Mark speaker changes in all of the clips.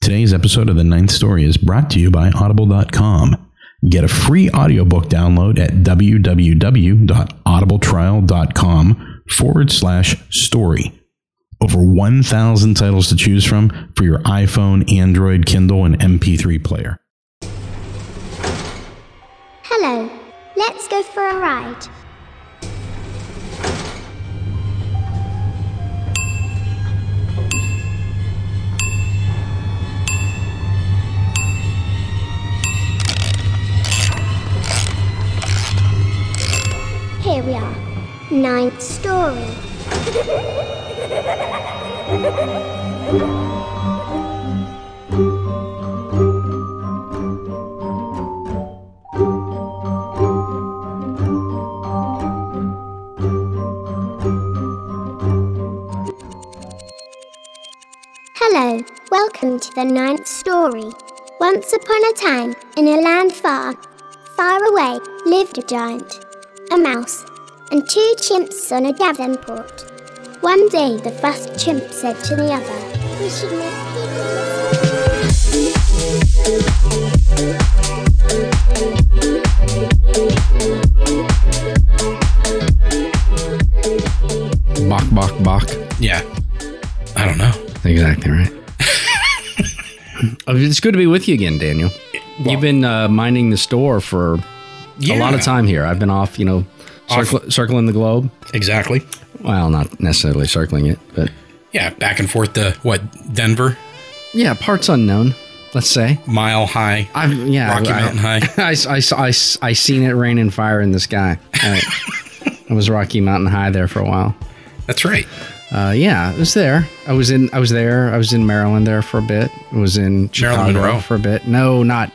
Speaker 1: Today's episode of The Ninth Story is brought to you by Audible.com. Get a free audiobook download at www.audibletrial.com forward slash story. Over 1,000 titles to choose from for your iPhone, Android, Kindle, and MP3 player.
Speaker 2: Hello, let's go for a ride. Here we are, ninth story. Hello, welcome to the ninth story. Once upon a time, in a land far, far away, lived a giant, a mouse, and two chimps on a Davenport. One day, the first chimp said to the other, We should make people.
Speaker 3: Bach, bach, bach.
Speaker 1: Yeah. I don't know.
Speaker 3: Exactly right. Oh, it's good to be with you again, Daniel. You've been uh, minding the store for a lot of time here. I've been off, you know, circl- circling the globe.
Speaker 4: Exactly.
Speaker 3: Well, not necessarily circling it, but
Speaker 4: Yeah, back and forth to what Denver,
Speaker 3: yeah, parts unknown. Let's say.
Speaker 4: Mile High,
Speaker 3: I've yeah.
Speaker 4: Rocky
Speaker 3: I,
Speaker 4: Mountain High.
Speaker 3: I, I, I, I seen it rain and fire in the sky. I, I was Rocky Mountain High there for a while.
Speaker 4: That's right.
Speaker 3: Uh, yeah, I was there. I was in. I was there. I was in Maryland there for a bit. I was in Chicago
Speaker 4: Monroe.
Speaker 3: for a bit. No, not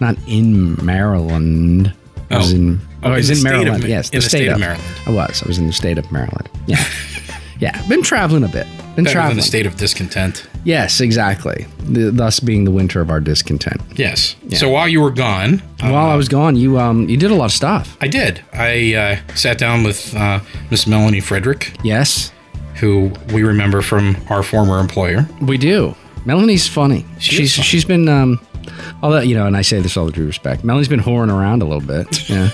Speaker 3: not in Maryland. I was
Speaker 4: Oh.
Speaker 3: in.
Speaker 4: Oh,
Speaker 3: I was
Speaker 4: in
Speaker 3: in,
Speaker 4: the state of
Speaker 3: Maryland.
Speaker 4: Ma-
Speaker 3: yes, the
Speaker 4: in the
Speaker 3: state,
Speaker 4: state
Speaker 3: of,
Speaker 4: of Maryland.
Speaker 3: I was. I was in the state of Maryland. Yeah, yeah. Been traveling a bit. Been
Speaker 4: Better
Speaker 3: traveling.
Speaker 4: than the state of discontent.
Speaker 3: Yes, exactly. The, thus being the winter of our discontent.
Speaker 4: Yes. So while you were gone, uh,
Speaker 3: While I was gone, you um you did a lot of stuff.
Speaker 4: I did. I uh, sat down with uh, Miss Melanie Frederick,
Speaker 3: Yes,
Speaker 4: who we remember from our former employer.
Speaker 3: We do. Melanie's funny.
Speaker 4: She
Speaker 3: she's
Speaker 4: is funny.
Speaker 3: she's been um all that you know, and I say this all due respect. Melanie's been whoring around a little bit. Yeah.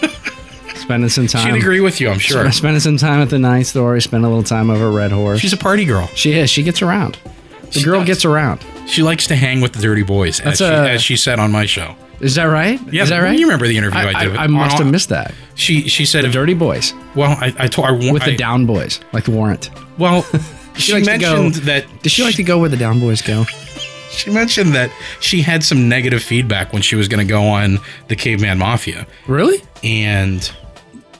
Speaker 3: spending some time
Speaker 4: She'd agree with you, I'm sure.
Speaker 3: spending some time at the ninth story, spending a little time over at Red Horse.
Speaker 4: She's a party girl.
Speaker 3: she is, she gets around. The
Speaker 4: She
Speaker 3: girl
Speaker 4: does.
Speaker 3: gets around.
Speaker 4: She likes to hang with the dirty boys,
Speaker 3: That's
Speaker 4: as, she,
Speaker 3: a-
Speaker 4: as she said on my show.
Speaker 3: Is that right?
Speaker 4: Yeah,
Speaker 3: is that right?
Speaker 4: You remember the interview
Speaker 3: I,
Speaker 4: I,
Speaker 3: I,
Speaker 4: did? with-
Speaker 3: I must
Speaker 4: on-
Speaker 3: have missed that.
Speaker 4: She she said, if-
Speaker 3: Dirty boys
Speaker 4: well, I, I told I wa-
Speaker 3: with
Speaker 4: I-
Speaker 3: the down boys, like the warrant.
Speaker 4: Well,
Speaker 3: She
Speaker 4: she,
Speaker 3: likes to go-
Speaker 4: mentioned that.
Speaker 3: Does she like to go where the down boys go?
Speaker 4: She mentioned that she had some negative feedback when she was going to go on the Caveman Mafia,
Speaker 3: Really?
Speaker 4: and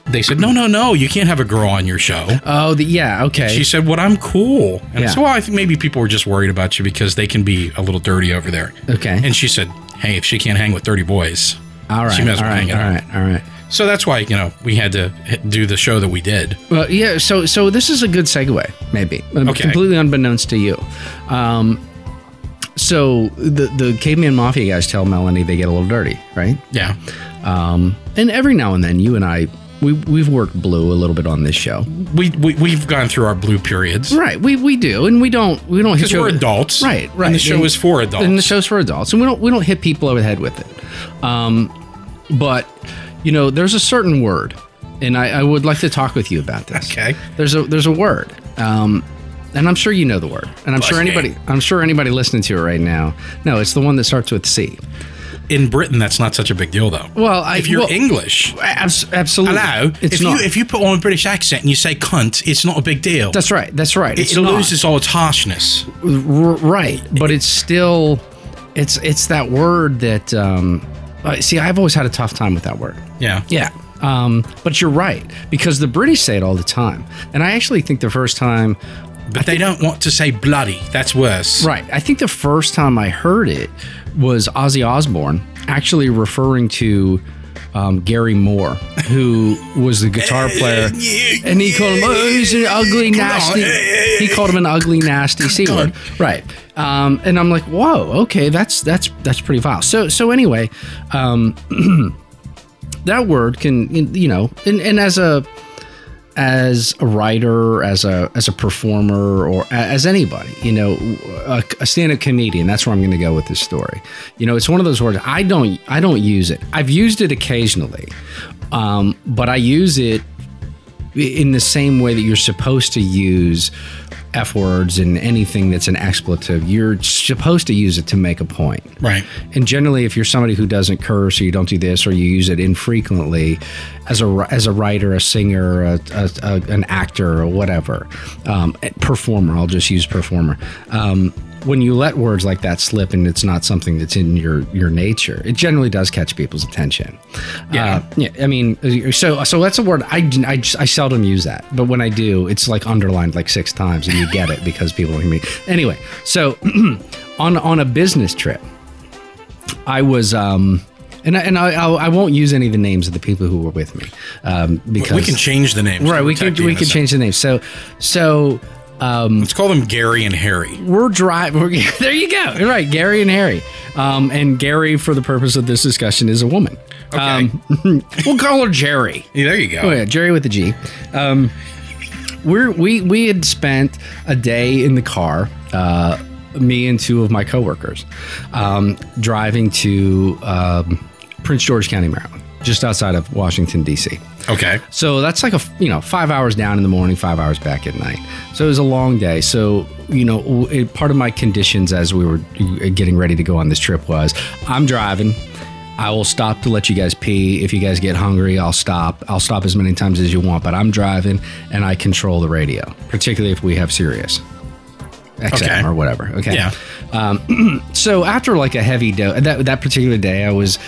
Speaker 4: they said, "No, no, no, you can't have a girl on your show."
Speaker 3: Oh, the, yeah. Okay.
Speaker 4: She said, "What? I'm cool." And I
Speaker 3: Yeah.
Speaker 4: said, "Well, I think maybe people were just worried about you because they can be a little dirty over there."
Speaker 3: Okay.
Speaker 4: And she said, "Hey, if she can't hang with dirty boys,
Speaker 3: all right.
Speaker 4: she might as
Speaker 3: all
Speaker 4: well
Speaker 3: right.
Speaker 4: hang it
Speaker 3: All right.
Speaker 4: out.
Speaker 3: All right.
Speaker 4: so that's why you know we had to h- do the show that we did."
Speaker 3: Well, yeah. So, so this is a good segue, maybe.
Speaker 4: Okay.
Speaker 3: Completely unbeknownst to you. Um, so the the caveman mafia guys tell Melanie they get a little dirty, right?
Speaker 4: Yeah,
Speaker 3: Um, and every now and then, you and I, we we've worked blue a little bit on this show,
Speaker 4: we, we we've gone through our blue periods
Speaker 3: right? We we do, and we don't we don't hit
Speaker 4: because
Speaker 3: you
Speaker 4: we're
Speaker 3: over-
Speaker 4: adults,
Speaker 3: right? Right.
Speaker 4: And the show is for adults.
Speaker 3: And the show's for adults, and we don't we don't hit people over the head with it. Um, but you know, there's a certain word, and I, I would like to talk with you about this.
Speaker 4: Okay.
Speaker 3: There's a there's a word, um, and I'm sure you know the word, and I'm sure
Speaker 4: Busking.
Speaker 3: anybody I'm sure anybody listening to it right now. No, it's the one that starts with C.
Speaker 4: in Britain, that's not such a big deal, though.
Speaker 3: Well, I,
Speaker 4: if you're
Speaker 3: well,
Speaker 4: English,
Speaker 3: abs- absolutely,
Speaker 4: hello.
Speaker 3: It's
Speaker 4: if
Speaker 3: not.
Speaker 4: you if you put on a British accent and you say cunt, it's not a big deal.
Speaker 3: that's right. That's right.
Speaker 4: it,
Speaker 3: It's
Speaker 4: it
Speaker 3: not.
Speaker 4: loses all its harshness.
Speaker 3: R- right but it's still it's it's that word that um uh, see i've always had a tough time with that word
Speaker 4: Yeah.
Speaker 3: yeah um but you're right because the british say it all the time and i actually think the first time
Speaker 4: But they don't want to say bloody. That's worse.
Speaker 3: right i think the first time i heard it was ozzy osbourne actually referring to um, Gary Moore, who was the guitar player, and he called him oh, he's an ugly, nasty. He called him an ugly, nasty c word, right? Um, and I'm like, whoa, okay, that's that's that's pretty vile. So so anyway, um, that word can you know, and, and as a as a writer, as a as a performer, or a- as anybody, you know, a, a stand-up comedian. That's where I'm going to go with this story. You know, it's one of those words I don't I don't use it. I've used it occasionally, um, but I use it in the same way that you're supposed to use f words and anything that's an expletive. You're supposed to use it to make a point.
Speaker 4: Right.
Speaker 3: And generally, if you're somebody who doesn't curse or you don't do this or you use it infrequently, as a as a writer, a singer, a, a, a, an actor, or whatever, um, performer, I'll just use performer. Um, when you let words like that slip and it's not something that's in your your nature, it generally does catch people's attention.
Speaker 4: Yeah.
Speaker 3: Uh, yeah. I mean, so so that's a word I d- I, just- I seldom use that, but when I do, it's like underlined like six times, and you get it because people hear me. Anyway, so on on a business trip. I was, um, and I, and I, I I won't use any of the names of the people who were with me, um, because
Speaker 4: We can change the names.
Speaker 3: right.
Speaker 4: to
Speaker 3: We
Speaker 4: protect
Speaker 3: could
Speaker 4: the
Speaker 3: we could
Speaker 4: innocent.
Speaker 3: change the name. So so
Speaker 4: Let's call them Gary and Harry.
Speaker 3: we're driving. there you go. You're Right, Gary and Harry. Um, and Gary, for the purpose of this discussion, is a woman. Okay. Um, we'll call her Jerry.
Speaker 4: Yeah, there you go.
Speaker 3: Oh yeah, Jerry with the G. Um, we're, we we had spent a day in the car, uh, me and two of my coworkers, um, driving to um, Prince George County, Maryland, just outside of Washington D.C.
Speaker 4: Okay.
Speaker 3: So that's like a you know five hours down in the morning, five hours back at night. So it was a long day. So you know w- it, part of my conditions as we were uh, getting ready to go on this trip was I'm driving. I will stop to let you guys pee. If you guys get hungry, I'll stop. I'll stop as many times as you want, but I'm driving and I control the radio, particularly if we have Sirius XM
Speaker 4: Okay.
Speaker 3: or whatever. Okay
Speaker 4: Yeah.
Speaker 3: so after like a heavy do that that particular day, I was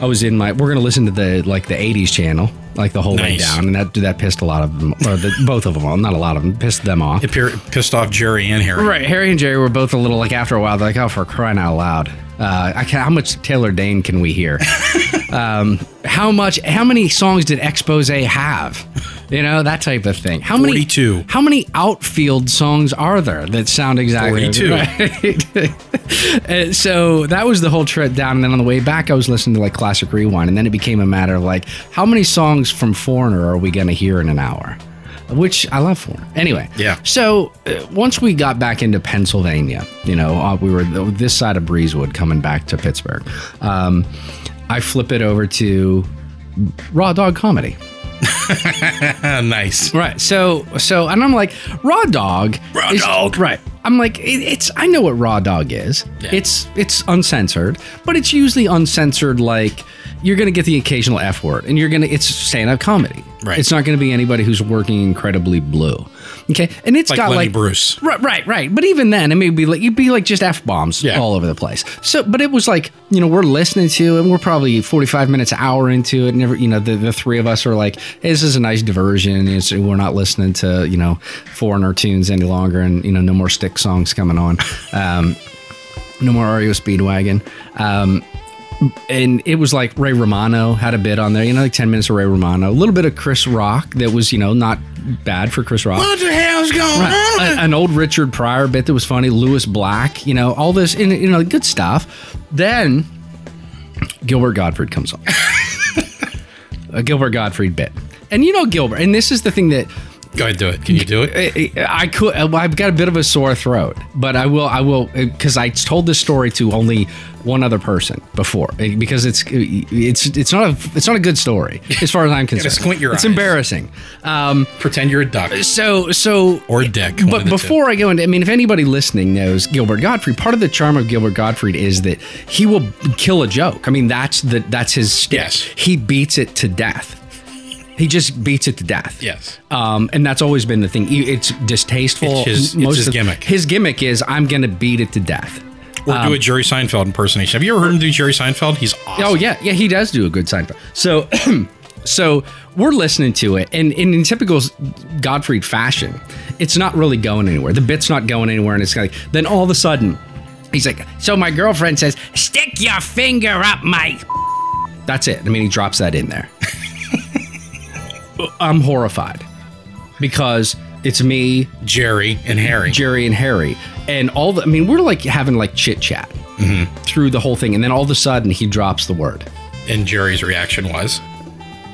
Speaker 3: I was in my we're gonna listen to the like the '80s channel like the whole way
Speaker 4: Nice.
Speaker 3: down, and that that pissed a lot of them or the, both of them, well, not a lot of them, pissed them off.
Speaker 4: It pier- pissed off Jerry and Harry.
Speaker 3: Right, Harry and Jerry were both a little like after a while, they're like, "Oh, for crying out loud! Uh, I can, how much Taylor Dane can we hear? um, how much? How many songs did Expose have? You know that type of thing. How many?
Speaker 4: 42.
Speaker 3: How many outfield songs are there that sound exactly?
Speaker 4: 42.
Speaker 3: Right. And so that was the whole trip down, and then on the way back, I was listening to like classic rewind, and then it became a matter of like, how many songs from Foreigner are we going to hear in an hour? Which I love Foreigner. Anyway,
Speaker 4: Yeah.
Speaker 3: so uh, once we got back into Pennsylvania, you know, uh, we were th- this side of Breezewood coming back to Pittsburgh. Um, I flip it over to Raw Dog Comedy.
Speaker 4: Ah, nice.
Speaker 3: Right. So so and I'm like raw dog.
Speaker 4: Raw
Speaker 3: is-
Speaker 4: dog.
Speaker 3: Right. I'm like it, it's I know what raw dog is. It's it's uncensored, but it's usually uncensored like you're going to get the occasional F word and you're going to it's stand-up comedy.
Speaker 4: Right.
Speaker 3: It's not going to be anybody who's working incredibly blue. Okay? And it's
Speaker 4: Like
Speaker 3: got
Speaker 4: Lenny
Speaker 3: like
Speaker 4: Bruce.
Speaker 3: Right, right, right. But even then, it may be like you'd be like just f bombs
Speaker 4: Yeah.
Speaker 3: all over the place. So, but it was like you know we're listening to, and we're probably forty five minutes, an hour into it. Never, you know, the, the three of us are like, hey, this is a nice diversion. It's, we're not listening to you know foreigner tunes any longer, and you know no more stick songs coming on, um, no more REO Speedwagon. Um, and it was like Ray Romano had a bit on there, you know, like 10 minutes of Ray Romano, a little bit of Chris Rock that was, you know, not bad for Chris Rock.
Speaker 4: What the hell's going
Speaker 3: Right.
Speaker 4: on?
Speaker 3: A- an old Richard Pryor bit that was funny, Lewis Black, you know, all this, and, you know, good stuff. Then Gilbert Gottfried comes on. a Gilbert Gottfried bit. And you know Gilbert, and this is the thing that
Speaker 4: Go ahead, do it. Can you do it?
Speaker 3: I, I could. eh, I've got a bit of a sore throat, but I will. I will because I told this story to only one other person before eh, because it's it's it's not a it's not a good story as far as I'm concerned.
Speaker 4: squint your
Speaker 3: it's
Speaker 4: eyes.
Speaker 3: embarrassing. Um,
Speaker 4: Pretend you're a duck
Speaker 3: so so
Speaker 4: or a dick. one of
Speaker 3: but
Speaker 4: the two.
Speaker 3: before I go into, I mean, if anybody listening knows Gilbert Gottfried, part of the charm of Gilbert Gottfried is that he will kill a joke. I mean, that's the that's his shtick.
Speaker 4: Yes.
Speaker 3: He beats it to death. He just beats it to death.
Speaker 4: Yes.
Speaker 3: Um, and that's always been the thing. You- It's distasteful.
Speaker 4: It's his- it's his
Speaker 3: of-
Speaker 4: gimmick.
Speaker 3: His gimmick is I'm going to beat it to death.
Speaker 4: or do a Jerry Seinfeld impersonation. Have you ever heard him do Jerry Seinfeld? He's awesome.
Speaker 3: um, Oh yeah, yeah, he does do a good Seinfeld. So, so we're listening to it, and, and in typical Gottfried fashion, it's not really going anywhere. The bit's not going anywhere, and it's like then all of a sudden, he's like, "So my girlfriend says, stick your finger up my." That's it. I mean, he drops that in there. I'm horrified because it's me,
Speaker 4: Jerry and Harry.
Speaker 3: Jerry and Harry, and all the. I mean, we're like having like chit chat through the whole thing, and then all of a sudden he drops the word
Speaker 4: and Jerry's reaction was,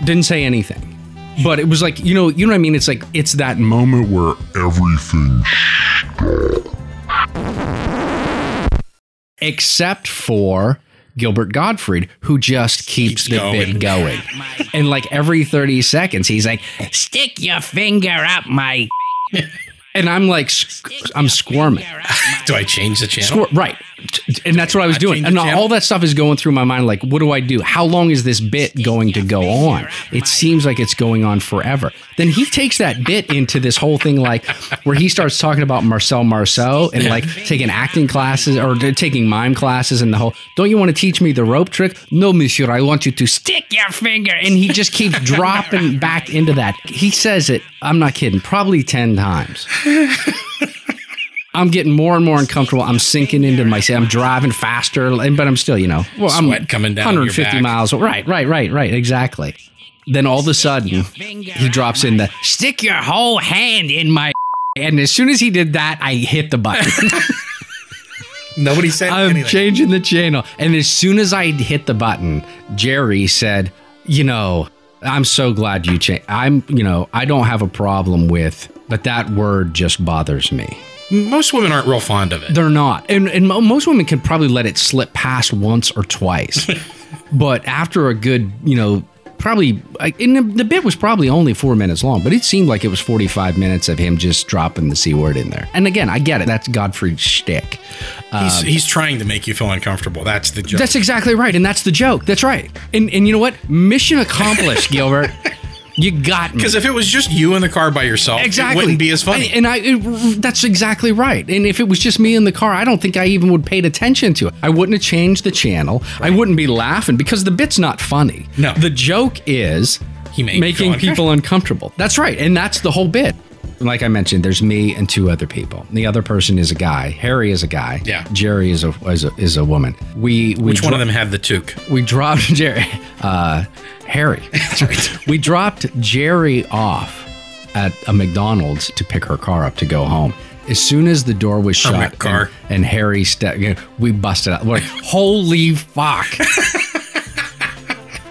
Speaker 3: didn't say anything. But it was like you know you know what I mean. It's like it's that moment where
Speaker 5: everything.
Speaker 3: except for Gilbert Gottfried, who just keeps,
Speaker 4: Keeps
Speaker 3: the bit going. and like every 30 seconds, he's like, stick your finger up my. and I'm like, squ- I'm squirming.
Speaker 4: Do I change the channel?
Speaker 3: Squir- right. T- And that's what I was doing.
Speaker 4: change
Speaker 3: And
Speaker 4: the channel.
Speaker 3: all that stuff is going through my mind like, what do I do? How long is this bit going to go on? It seems like it's going on forever. Then he takes that bit into this whole thing, like where he starts talking about Marcel Marceau and like taking acting classes or t- taking mime classes and the whole, don't you want to teach me the rope trick? No, monsieur, I want you to stick your finger. And he just keeps dropping back into that. He says it, I'm not kidding, probably 10 times. I'm getting more and more uncomfortable. I'm sinking into my. I'm driving faster, and- but I'm still, you know, well, I'm
Speaker 4: Sweat coming down your
Speaker 3: 150
Speaker 4: back.
Speaker 3: miles. Right, right, right, right. Exactly. Then all of a sudden, he drops in the stick your whole hand in my. And as soon as he did that, I hit the button.
Speaker 4: Nobody said
Speaker 3: I'm
Speaker 4: anything.
Speaker 3: changing the channel. And as soon as I hit the button, Jerry said, "You know, I'm so glad you changed. I'm, you know, I don't have a problem with, but that word just bothers me."
Speaker 4: Most women aren't real fond of it.
Speaker 3: They're not. And, and mo- most women can probably let it slip past once or twice. but after a good, you know, probably, like, and the, the bit was probably only four minutes long, but it seemed like it was 45 minutes of him just dropping the C word in there. And again, I get it. That's Godfrey's shtick.
Speaker 4: he's, he's trying to make you feel uncomfortable. That's the
Speaker 3: Um,
Speaker 4: joke.
Speaker 3: That's exactly right. And that's the joke. That's right. And, and you know what? Mission accomplished, Gilbert. You got me.
Speaker 4: Because if it was just you in the car by yourself,
Speaker 3: Exactly.
Speaker 4: it wouldn't be as funny.
Speaker 3: And I, it- that's exactly right. And if it was just me in the car, I don't think I even would paid attention to it. I wouldn't have changed the channel. I wouldn't be laughing because the bit's not funny.
Speaker 4: No.
Speaker 3: The joke is
Speaker 4: He made you
Speaker 3: making
Speaker 4: feel
Speaker 3: people uncomfortable. That's right. And that's the whole bit. Like I mentioned, there's me and two other people. The other person is a guy. Harry is a guy.
Speaker 4: Yeah.
Speaker 3: Jerry is a is a, is a woman. We, we
Speaker 4: Which one
Speaker 3: dro-
Speaker 4: of them had the toque?
Speaker 3: we dropped Jerry, uh, Harry. we dropped Jerry off at a McDonald's to pick her car up to go home. As soon as the door was shut, and-
Speaker 4: McCar.
Speaker 3: And, Harry stepped, we busted out. We're like, holy fuck!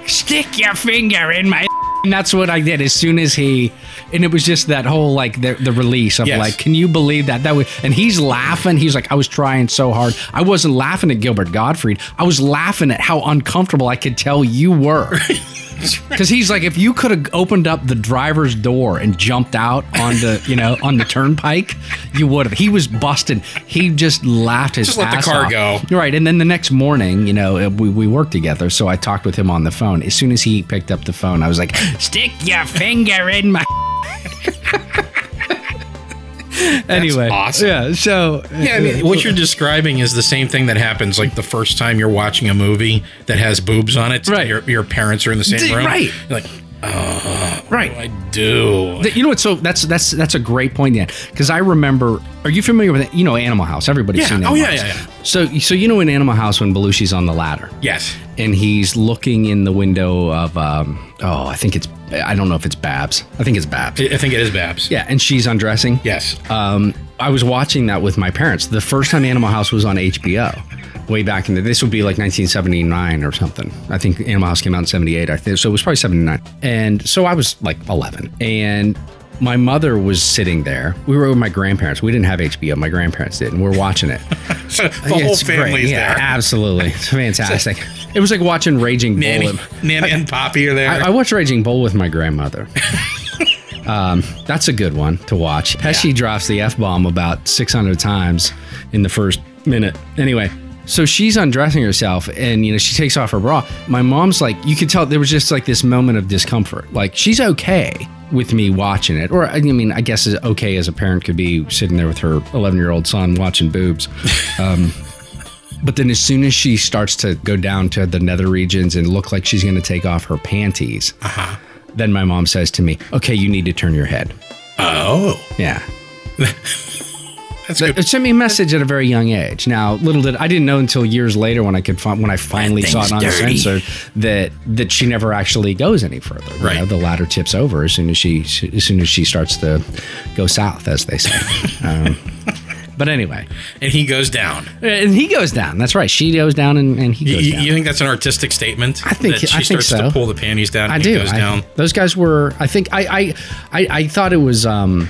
Speaker 3: Stick your finger in my. And that's what I did as soon as he, and it was just that whole like the, the release of
Speaker 4: Yes.
Speaker 3: like, can you believe that? That was, and he's laughing. He's like, I was trying so hard. I wasn't laughing at Gilbert Gottfried. I was laughing at how uncomfortable I could tell you were. Because he's like, if you could have opened up the driver's door and jumped out on the, you know, on the turnpike, you would have. He was busted. He just laughed his
Speaker 4: Just let the
Speaker 3: ass
Speaker 4: car
Speaker 3: off.
Speaker 4: go.
Speaker 3: You're Right. And then the next morning, you know, we, we worked together. So I talked with him on the phone. As soon as he picked up the phone, I was like, stick your finger in my. anyway.
Speaker 4: awesome.
Speaker 3: Yeah. So,
Speaker 4: Yeah, I mean, what you're describing is the same thing that happens like the first time you're watching a movie that has boobs on it.
Speaker 3: Right.
Speaker 4: Your, your parents are in the
Speaker 3: D-
Speaker 4: same room.
Speaker 3: right.
Speaker 4: You're like,
Speaker 3: right.
Speaker 4: I do.
Speaker 3: Th- You know what? So that's that's that's a great point, Dan. Because I remember. Are you familiar with it? You know Animal House. Everybody's
Speaker 4: Yeah.
Speaker 3: seen
Speaker 4: Oh,
Speaker 3: Animal
Speaker 4: yeah,
Speaker 3: House.
Speaker 4: yeah, yeah.
Speaker 3: So so you know in Animal House when Belushi's on the ladder
Speaker 4: yes.
Speaker 3: and he's looking in the window of um oh I think it's I don't know if it's Babs. I think it's Babs.
Speaker 4: I I think it is Babs.
Speaker 3: yeah, and she's undressing.
Speaker 4: Yes.
Speaker 3: Um, I was watching that with my parents. The first time Animal House was on HBO, way back in the this would be like 1979 or something. I think Animal House came out in 78. I think so. It was probably 79, and so I was like 11, and my mother was sitting there. We were with my grandparents. We didn't have HBO. My grandparents did, and we're watching it.
Speaker 4: the
Speaker 3: Yeah,
Speaker 4: whole
Speaker 3: it's great.
Speaker 4: family's
Speaker 3: yeah,
Speaker 4: there.
Speaker 3: Absolutely, it's fantastic. it was like watching Raging Bull.
Speaker 4: Nanny, Nanny and Poppy are there.
Speaker 3: I, I watched Raging Bull with my grandmother. um, that's a good one to watch. Pesci drops the f bomb about 600 times in the first minute. Anyway, so she's undressing herself, and you know she takes off her bra. My mom's like, you could tell there was just like this moment of discomfort. Like she's okay with me watching it, or I mean, I guess as okay as a parent could be sitting there with her 11 year old son watching boobs. But then, as soon as she starts to go down to the nether regions and look like she's going to take off her panties,
Speaker 4: Uh-huh.
Speaker 3: then my mom says to me, "Okay, you need to turn your head."
Speaker 4: oh,
Speaker 3: Yeah,
Speaker 4: that's good.
Speaker 3: it sent me a message at a very young age. Now, little did I didn't know until years later when I could find, when I finally saw it uncensored that that she never actually goes any further. You
Speaker 4: Right.
Speaker 3: know, the ladder tips over as soon as she as soon as she starts to go south, as they say. um, But anyway,
Speaker 4: and he goes down.
Speaker 3: and he goes down. That's right. She goes down, and, and he
Speaker 4: You,
Speaker 3: goes
Speaker 4: you-
Speaker 3: down.
Speaker 4: you think that's an artistic statement?
Speaker 3: I think-
Speaker 4: that she
Speaker 3: I think
Speaker 4: starts
Speaker 3: so.
Speaker 4: to pull the panties down.
Speaker 3: I
Speaker 4: and
Speaker 3: do.
Speaker 4: He goes
Speaker 3: I-
Speaker 4: down.
Speaker 3: Those guys were. I think I, I I I thought it was um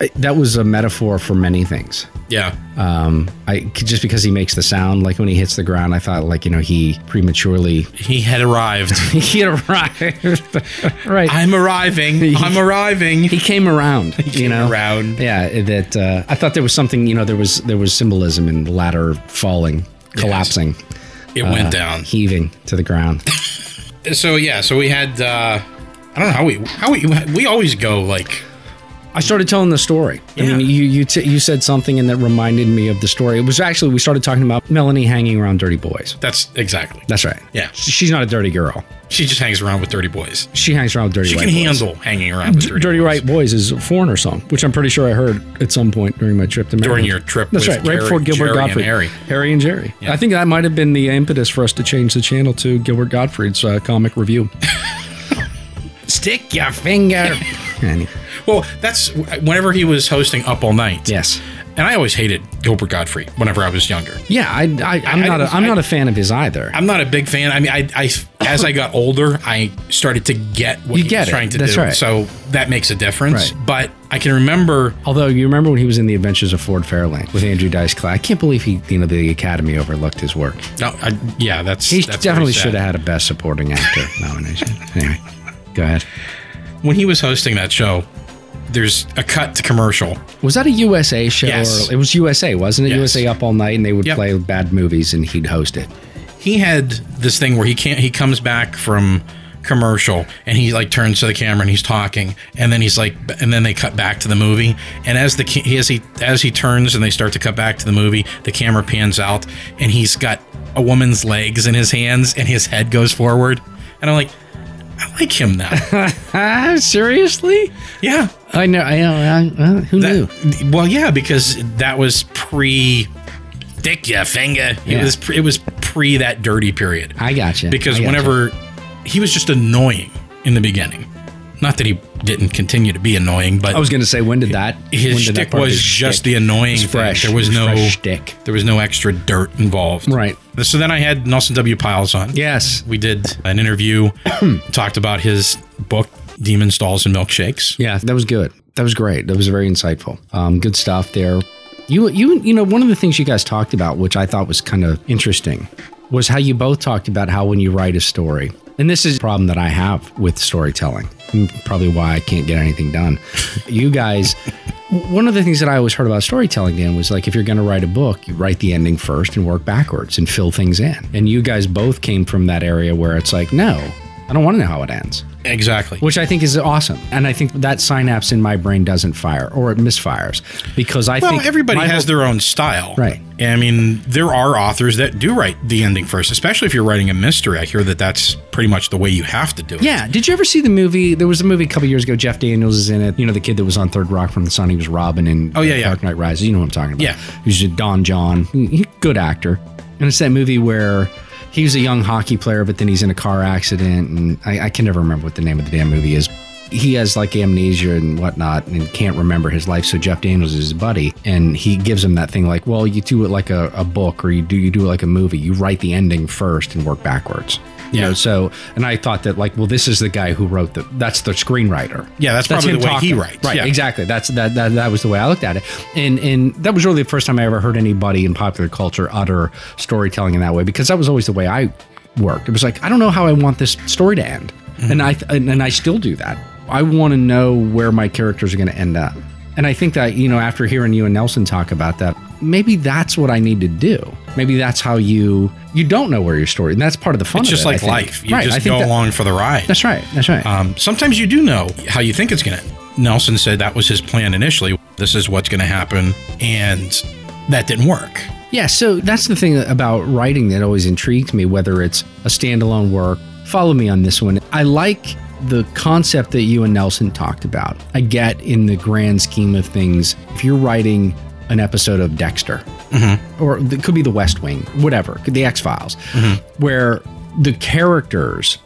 Speaker 3: I- that was a metaphor for many things.
Speaker 4: Yeah.
Speaker 3: Um, I just because he makes the sound like when he hits the ground, I thought like you know he prematurely
Speaker 4: He had arrived.
Speaker 3: he arrived. right.
Speaker 4: I'm arriving. I'm arriving.
Speaker 3: he came around. He
Speaker 4: came around.
Speaker 3: Yeah, that uh, I thought there was something. You know, there was there was symbolism in the ladder falling, collapsing,
Speaker 4: It
Speaker 3: Uh,
Speaker 4: went down.
Speaker 3: heaving to the ground.
Speaker 4: So yeah. So we had. uh I don't know how we how we we always go like
Speaker 3: I started telling the story. I
Speaker 4: Yeah.
Speaker 3: mean, you you t- you said something, and that reminded me of the story. It was actually we started talking about Melanie hanging around dirty boys.
Speaker 4: that's exactly.
Speaker 3: That's right.
Speaker 4: Yeah.
Speaker 3: she's not a dirty girl.
Speaker 4: She just hangs around with dirty boys.
Speaker 3: She hangs around with dirty.
Speaker 4: She
Speaker 3: white
Speaker 4: can
Speaker 3: boys.
Speaker 4: handle hanging around with dirty,
Speaker 3: Dirty
Speaker 4: boys.
Speaker 3: Right Boys is a foreigner song, which I'm pretty sure I heard at some point during my trip to Maryland.
Speaker 4: your trip
Speaker 3: That's
Speaker 4: with
Speaker 3: right, right before
Speaker 4: Jerry-
Speaker 3: Gilbert
Speaker 4: Jerry and
Speaker 3: Gottfried.
Speaker 4: Harry.
Speaker 3: Harry and Jerry. I think that might have been the impetus for us to change the channel to Gilbert Gottfried's uh, comic review. Stick your finger. Any-
Speaker 4: Well, that's whenever he was hosting Up All Night.
Speaker 3: yes.
Speaker 4: And I always hated Gilbert Godfrey whenever I was younger.
Speaker 3: Yeah, I, I, I'm
Speaker 4: I
Speaker 3: not. A,
Speaker 4: didn't-
Speaker 3: I'm
Speaker 4: I-
Speaker 3: not a fan of his either.
Speaker 4: I'm not a big fan. I mean, I, I as I got older, I started to get what
Speaker 3: You
Speaker 4: he
Speaker 3: get
Speaker 4: was
Speaker 3: it.
Speaker 4: trying to
Speaker 3: That's
Speaker 4: do.
Speaker 3: right.
Speaker 4: So that makes a difference.
Speaker 3: Right.
Speaker 4: But I can remember
Speaker 3: Although you remember when he was in The Adventures of Ford Fairlane with Andrew Dice Clay, I can't believe he, you know, the Academy overlooked his work.
Speaker 4: no, I, yeah, that's
Speaker 3: He
Speaker 4: that's
Speaker 3: definitely
Speaker 4: very sad.
Speaker 3: should have had a Best Supporting Actor nomination. Anyway, go ahead.
Speaker 4: When he was hosting that show, there's a cut to commercial.
Speaker 3: Was that a USA show?
Speaker 4: Yes.
Speaker 3: Or, it was USA, wasn't it?
Speaker 4: Yes.
Speaker 3: USA Up All Night, and they would
Speaker 4: Yep.
Speaker 3: play bad movies, and he'd host it.
Speaker 4: He had this thing where he can't he comes back from commercial and he like turns to the camera and he's talking and then he's like and then they cut back to the movie and as the ca- as he as he turns and they start to cut back to the movie the camera pans out and he's got a woman's legs in his hands and his head goes forward and I'm like I like him now
Speaker 3: Ah, seriously?
Speaker 4: yeah
Speaker 3: I know. I, I, I, who knew?
Speaker 4: That- well yeah because that was pre dick ya finger
Speaker 3: Yeah.
Speaker 4: it was pre, it was pre that dirty period
Speaker 3: I got you.
Speaker 4: because whenever he was just annoying in the beginning. Not that he didn't continue to be annoying, but
Speaker 3: I was going to say, when did that? when
Speaker 4: his
Speaker 3: did that
Speaker 4: shtick
Speaker 3: part of
Speaker 4: was
Speaker 3: his
Speaker 4: just
Speaker 3: shtick-
Speaker 4: the annoying
Speaker 3: It was fresh.
Speaker 4: thing. There was,
Speaker 3: It
Speaker 4: no
Speaker 3: fresh shtick.
Speaker 4: There was no extra dirt involved.
Speaker 3: Right.
Speaker 4: So then I had Nelson W. Piles on.
Speaker 3: Yes.
Speaker 4: We did an interview, talked about his book, Demon Stalls and Milkshakes.
Speaker 3: Yeah, that was good. That was great. That was very insightful. Um, good stuff there. You you you know one of the things you guys talked about, which I thought was kind of interesting, was how you both talked about how when you write a story, and this is a problem that I have with storytelling, and probably why I can't get anything done. you guys, one of the things that I always heard about storytelling, Dan, was like if you're going to write a book, you write the ending first and work backwards and fill things in. And you guys both came from that area where it's like, no, I don't want to know how it ends
Speaker 4: Exactly.
Speaker 3: which I think is awesome. And I think that synapse in my brain doesn't fire or it misfires because I
Speaker 4: well,
Speaker 3: think
Speaker 4: everybody
Speaker 3: my
Speaker 4: has
Speaker 3: whole-
Speaker 4: their own style.
Speaker 3: Right.
Speaker 4: I mean, there are authors that do write the ending first, especially if you're writing a mystery. I hear that that's pretty much the way you have to do it.
Speaker 3: Yeah. Did you ever see the movie? There was a movie a couple years ago. Jeff Daniels is in it. You know, the kid that was on Third Rock from the Sun. He was Robin in uh,
Speaker 4: Oh, yeah, yeah.
Speaker 3: Dark Knight Rises. You know what I'm talking about.
Speaker 4: Yeah.
Speaker 3: He was Don John. He- Good actor. And it's that movie where he was a young hockey player, but then he's in a car accident. And I, I can never remember what the name of the damn movie is. He has like amnesia and whatnot and can't remember his life. So Jeff Daniels is his buddy and he gives him that thing like, well, you do it like a, a book or you do you do it like a movie. You write the ending first and work backwards. You
Speaker 4: Yeah.
Speaker 3: know, so and I thought that like, well, this is the guy who wrote the that's the screenwriter.
Speaker 4: Yeah, that's probably
Speaker 3: him
Speaker 4: the way he writes.
Speaker 3: Right,
Speaker 4: Yeah.
Speaker 3: exactly. That's that, that that was the way I looked at it. And and that was really the first time I ever heard anybody in popular culture utter storytelling in that way because that was always the way I worked. It was like, I don't know how I want this story to end.
Speaker 4: Mm-hmm.
Speaker 3: And I and, and I still do that. I want to know where my characters are going to end up. And I think that, you know, after hearing you and Nelson talk about that, maybe that's what I need to do. Maybe that's how you you don't know where your story. And that's part of the fun
Speaker 4: It's
Speaker 3: of
Speaker 4: just
Speaker 3: it, I
Speaker 4: like
Speaker 3: think.
Speaker 4: life. You
Speaker 3: right. I
Speaker 4: just
Speaker 3: think
Speaker 4: go
Speaker 3: that-
Speaker 4: along for the ride.
Speaker 3: That's right. That's right.
Speaker 4: Um, sometimes you do know how you think it's going to end. Nelson said that was his plan initially. This is what's going to happen. And that didn't work.
Speaker 3: Yeah, so that's the thing about writing that always intrigued me, whether it's a standalone work. Follow me on this one. I like the concept that you and Nelson talked about. I get in the grand scheme of things, if you're writing an episode of Dexter, or it could be the West Wing, whatever, could the X Files, where the characters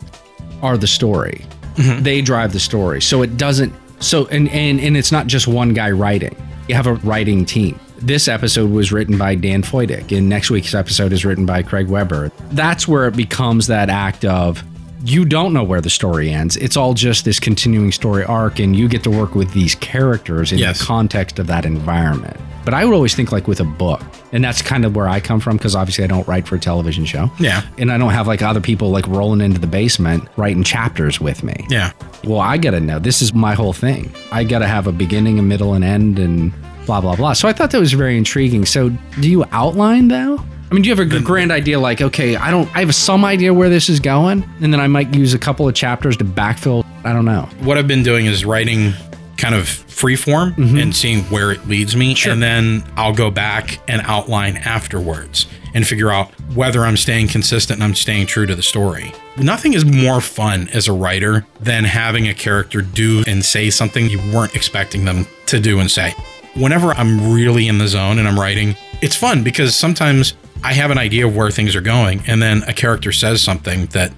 Speaker 3: are the story.
Speaker 4: Mm-hmm.
Speaker 3: They drive the story. So it doesn't so and, and and it's not just one guy writing. You have a writing team. this episode was written by Dan Foydick, and next week's episode is written by Craig Weber. That's where it becomes that act of you don't know where the story ends. It's all just this continuing story arc, and you get to work with these characters in
Speaker 4: Yes.
Speaker 3: the context of that environment. But I would always think like with a book, and that's kind of where I come from because obviously I don't write for a television show.
Speaker 4: Yeah.
Speaker 3: And I don't have like other people like rolling into the basement writing chapters with me.
Speaker 4: Yeah.
Speaker 3: Well, I got to know. This is my whole thing. I got to have a beginning, a middle, and end, and blah, blah, blah. So I thought that was very intriguing. So do you outline, though? I mean, do you have a grand idea like, okay, I don't, I have some idea where this is going, and then I might use a couple of chapters to backfill? I don't know.
Speaker 4: What I've been doing is writing kind of free form and seeing where it leads me. And then I'll go back and outline afterwards and figure out whether I'm staying consistent and I'm staying true to the story. Nothing is more fun as a writer than having a character do and say something you weren't expecting them to do and say. Whenever I'm really in the zone and I'm writing, it's fun because sometimes I have an idea of where things are going, and then a character says something that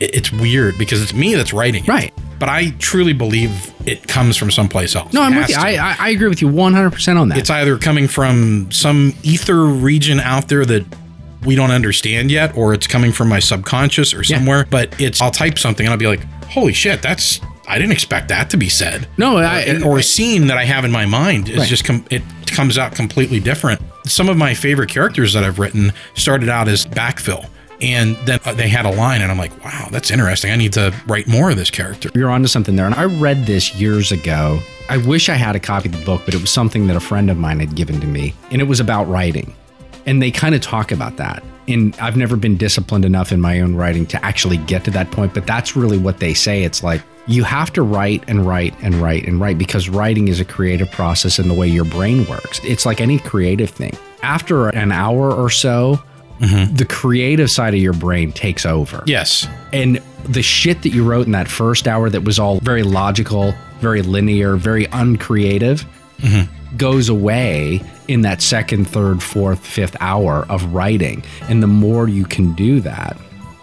Speaker 4: it- it's weird because it's me that's writing it.
Speaker 3: Right.
Speaker 4: But I truly believe it comes from someplace else.
Speaker 3: No,
Speaker 4: It
Speaker 3: I'm with you.
Speaker 4: has to.
Speaker 3: I, I, I agree with you 100% on that.
Speaker 4: it's either coming from some ether region out there that we don't understand yet, or it's coming from my subconscious or somewhere. But it's I'll type something and I'll be like, "Holy shit, that's I didn't expect that to be said."
Speaker 3: no, I,
Speaker 4: and- or a scene that I have in my mind is just com- it comes out completely different. Some of my favorite characters that I've written started out as backfill, and then uh, they had a line, and I'm like, wow, that's interesting. I need to write more of this character.
Speaker 3: You're onto something there. And I read this years ago. I wish I had a copy of the book, but it was something that a friend of mine had given to me. And it was about writing. And they kind of talk about that. And I've never been disciplined enough in my own writing to actually get to that point. But that's really what they say. It's like you have to write and write and write and write because writing is a creative process in the way your brain works. It's like any creative thing. After an hour or so, the creative side of your brain takes over.
Speaker 4: Yes,
Speaker 3: And the shit that you wrote in that first hour that was all very logical, very linear, very uncreative goes away in that second, third, fourth, fifth hour of writing. And the more you can do that,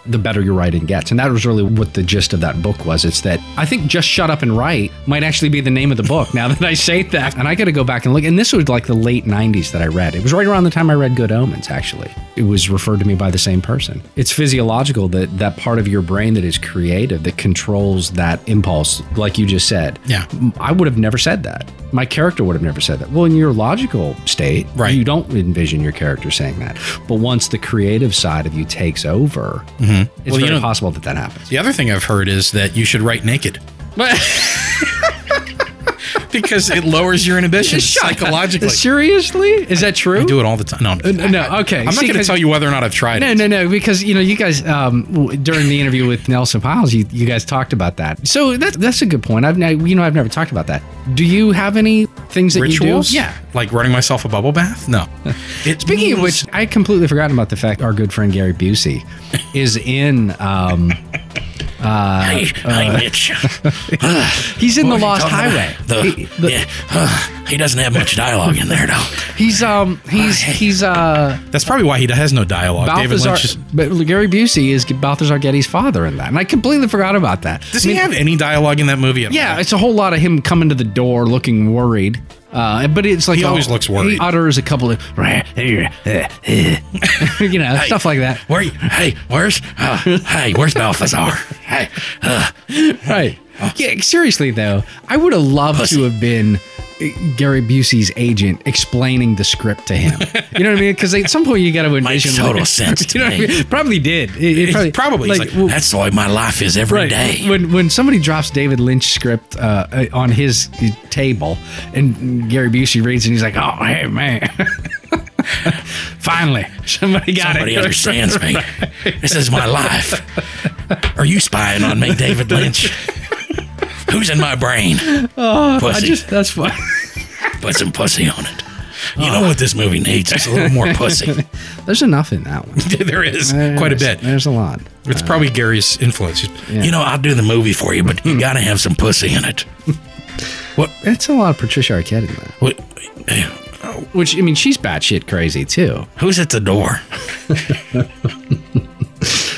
Speaker 3: the better your writing gets. And that was really what the gist of that book was. It's that I think just shut up and write might actually be the name of the book now that I say that. And I got to go back and look. And this was like the late 90s that I read. It was right around the time I read Good Omens, actually. It was referred to me by the same person. It's physiological that that part of your brain that is creative, that controls that impulse, like you just said.
Speaker 4: Yeah.
Speaker 3: I would have never said that. My character would have never said that. Well, in your logical state,
Speaker 4: Right.
Speaker 3: you don't envision your character saying that. But once the creative side of you takes over, it's
Speaker 4: Mm-hmm. Well, you
Speaker 3: very
Speaker 4: know-
Speaker 3: possible that that happens.
Speaker 4: The other thing I've heard is that you should write naked. because it lowers your inhibitions psychologically.
Speaker 3: Seriously? Is that true?
Speaker 4: I do it all the time. No, I'm-
Speaker 3: Uh, no, okay.
Speaker 4: I'm not
Speaker 3: See,
Speaker 4: going to
Speaker 3: 'cause-
Speaker 4: tell you whether or not I've tried
Speaker 3: No,
Speaker 4: it.
Speaker 3: no, no. Because you know, you guys um, w- during the interview with Nelson Piles, you, you guys talked about that. So that's that's a good point. I've now you know I've never talked about that. Do you have any things that
Speaker 4: Rituals?
Speaker 3: you do? Yeah.
Speaker 4: Like running myself a bubble bath? No. It
Speaker 3: Speaking of
Speaker 4: means-
Speaker 3: which, I completely forgotten about the fact our good friend Gary Busey is in. Um,
Speaker 5: Hey,
Speaker 4: uh,
Speaker 5: hey, Mitch.
Speaker 3: he's in the Lost
Speaker 5: What are you talking
Speaker 3: Highway.
Speaker 5: about? The-
Speaker 3: He- the-
Speaker 5: yeah, he doesn't have much dialogue in there, though.
Speaker 3: He's um he's he's uh
Speaker 4: That's probably why he has no dialogue. David
Speaker 3: Balthazar.
Speaker 4: Lynch is,
Speaker 3: But Gary Busey is Balthazar Getty's father in that, and I completely forgot about that.
Speaker 4: Does he have any dialogue in that movie at
Speaker 3: Yeah,
Speaker 4: all?
Speaker 3: it's a whole lot of him coming to the door looking worried. Uh, but it's like
Speaker 4: He
Speaker 3: a-
Speaker 4: always looks worried.
Speaker 3: He utters a couple of, you know, stuff like that.
Speaker 5: Where you? Hey, where's? Uh, hey, where's Balthazar? Hey, Oh. uh,
Speaker 3: Right. Yeah, seriously though, I would have loved to have been uh, Gary Busey's agent explaining the script to him. You know what I mean? Because at some point you got to envision.
Speaker 5: Makes
Speaker 3: like-
Speaker 5: total sense to
Speaker 3: you know what I
Speaker 5: me.
Speaker 3: mean? Probably did. It, it
Speaker 4: Probably. He's like,
Speaker 3: w-
Speaker 5: that's the way my life is every
Speaker 3: Right.
Speaker 5: day.
Speaker 3: When when somebody drops David Lynch script uh, uh, on his table, and Gary Busey reads, it, and he's like, "Oh, hey man, finally somebody got
Speaker 5: Nobody
Speaker 3: it."
Speaker 5: understands me. This is my life. Are you spying on me, David Lynch? Who's in my brain?
Speaker 3: I
Speaker 5: pussy.
Speaker 3: just that's fine.
Speaker 5: Put some pussy on it. You know what this movie needs? It's a little more pussy.
Speaker 3: There's enough in that one.
Speaker 4: there is quite a
Speaker 3: There's-
Speaker 4: bit.
Speaker 3: There's a lot.
Speaker 4: It's probably Gary's influence. Hmm. He's-
Speaker 5: You know, I'll do the movie for you, but you gotta have some pussy in it.
Speaker 3: It's a lot of Patricia Arquette in there.
Speaker 5: Wh-
Speaker 3: Which I mean, she's batshit crazy too.
Speaker 5: Who's at the door?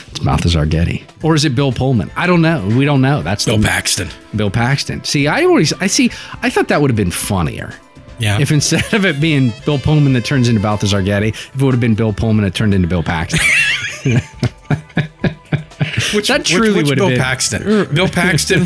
Speaker 3: It's Balthazar Getty, or is it Bill Pullman? I don't know. We don't know. That's
Speaker 5: Bill
Speaker 3: the
Speaker 5: Paxton.
Speaker 3: Bill Paxton. See, I always I see. I thought that would have been funnier.
Speaker 4: Yeah.
Speaker 3: If instead of it being Bill Pullman that turns into Balthazar Getty, if it would have been Bill Pullman that turned into Bill Paxton.
Speaker 4: Which,
Speaker 3: That truly
Speaker 4: which, which
Speaker 3: would've
Speaker 4: Bill
Speaker 3: been-
Speaker 4: Paxton. Bill Paxton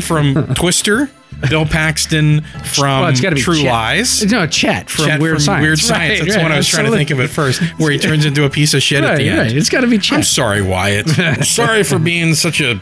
Speaker 4: from Twister. Bill Paxton from
Speaker 3: Well, it's got to be
Speaker 4: True
Speaker 3: Chet.
Speaker 4: Lies.
Speaker 3: No, Chet from
Speaker 4: Chet
Speaker 3: Weird
Speaker 4: from
Speaker 3: Science.
Speaker 4: Weird Science.
Speaker 3: Right,
Speaker 4: That's
Speaker 3: right,
Speaker 4: what I was trying to
Speaker 3: absolutely.
Speaker 4: think of at first, where he turns into a piece of shit at the
Speaker 3: Right,
Speaker 4: end.
Speaker 3: right. It's got to be Chet.
Speaker 4: I'm sorry, Wyatt. I'm sorry for being such a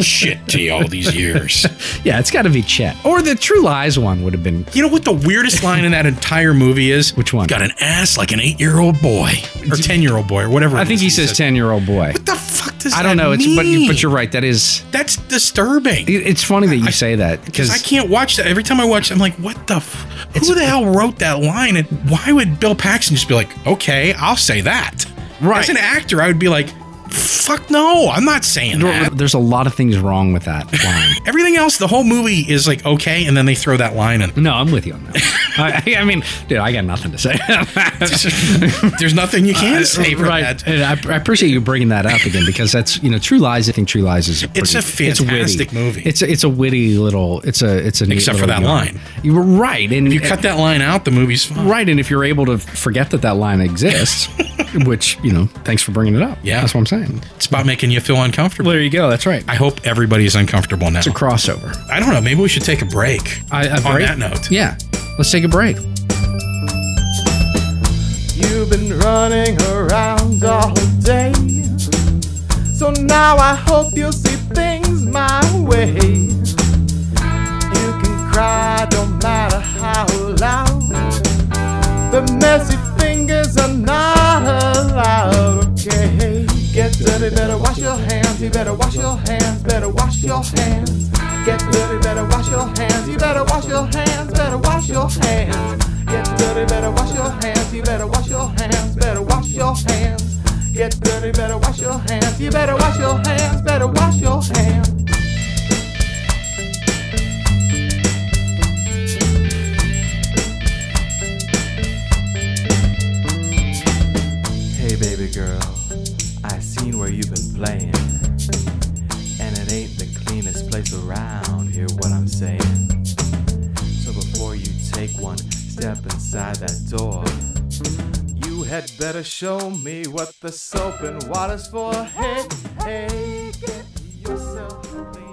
Speaker 4: shit to you all these years.
Speaker 3: Yeah, it's got to be Chet. Or the True Lies one would have been.
Speaker 4: You know what the weirdest line in that entire movie is?
Speaker 3: Which one?
Speaker 4: Got an ass like an eight-year-old boy or ten-year-old boy or whatever.
Speaker 3: I think he says ten year old boy.
Speaker 4: What the fuck does
Speaker 3: I don't
Speaker 4: that
Speaker 3: know. It's but,
Speaker 4: mean?
Speaker 3: but you're right. That is.
Speaker 4: That's disturbing.
Speaker 3: it- It's funny that you say that because
Speaker 4: I can't watch that. Every time I watch, it, I'm like, what the? F- who the hell wrote that line? And why would Bill Paxton just be like, okay, I'll say that?
Speaker 3: Right.
Speaker 4: As an actor, I would be like, fuck no, I'm not saying that.
Speaker 3: there's a lot of things wrong with that line.
Speaker 4: Everything else, the whole movie is like okay, and then they throw that line in.
Speaker 3: No, I'm with you on that. I, I mean, dude, I got nothing to say.
Speaker 4: There's nothing you can say for
Speaker 3: right.
Speaker 4: that.
Speaker 3: And I, I appreciate you bringing that up again because that's you know, True Lies. I think True Lies is a
Speaker 4: It's a
Speaker 3: pretty-
Speaker 4: fantastic
Speaker 3: witty.
Speaker 4: movie.
Speaker 3: It's a, it's a witty little. It's a it's a neat
Speaker 4: Except for
Speaker 3: little
Speaker 4: that
Speaker 3: yarn.
Speaker 4: line.
Speaker 3: You were right, and
Speaker 4: You cut that line out, the movie's fine.
Speaker 3: right, and if you're able to forget that that line exists, which you know, thanks for bringing it up.
Speaker 4: Yeah.
Speaker 3: that's what I'm saying.
Speaker 4: It's about making you feel uncomfortable.
Speaker 3: you go. That's right.
Speaker 4: I hope everybody's uncomfortable now.
Speaker 3: It's a crossover.
Speaker 4: I don't know. Maybe we should take a break.
Speaker 3: I, I
Speaker 4: on
Speaker 3: break-
Speaker 4: that note.
Speaker 3: Yeah, let's take a break.
Speaker 6: You've been running around all day. So now I hope you see things my way. You can cry, don't matter how loud. The messy fingers are not allowed, okay? Get dirty, better wash your hands. You better wash your hands, better wash your hands. Get dirty, better wash your hands. You better wash your hands, better wash your hands. Get dirty, better wash your hands. You better wash your hands, better wash your hands. Get dirty, better wash your hands. You better wash your hands, better wash your hands. Hey, baby girl, I seen where you've been playing. And it ain't the cleanest place around, hear what I'm saying. So before you take one step inside that door, you had better show me what the soap and water's for. Hey, hey, get yourself clean.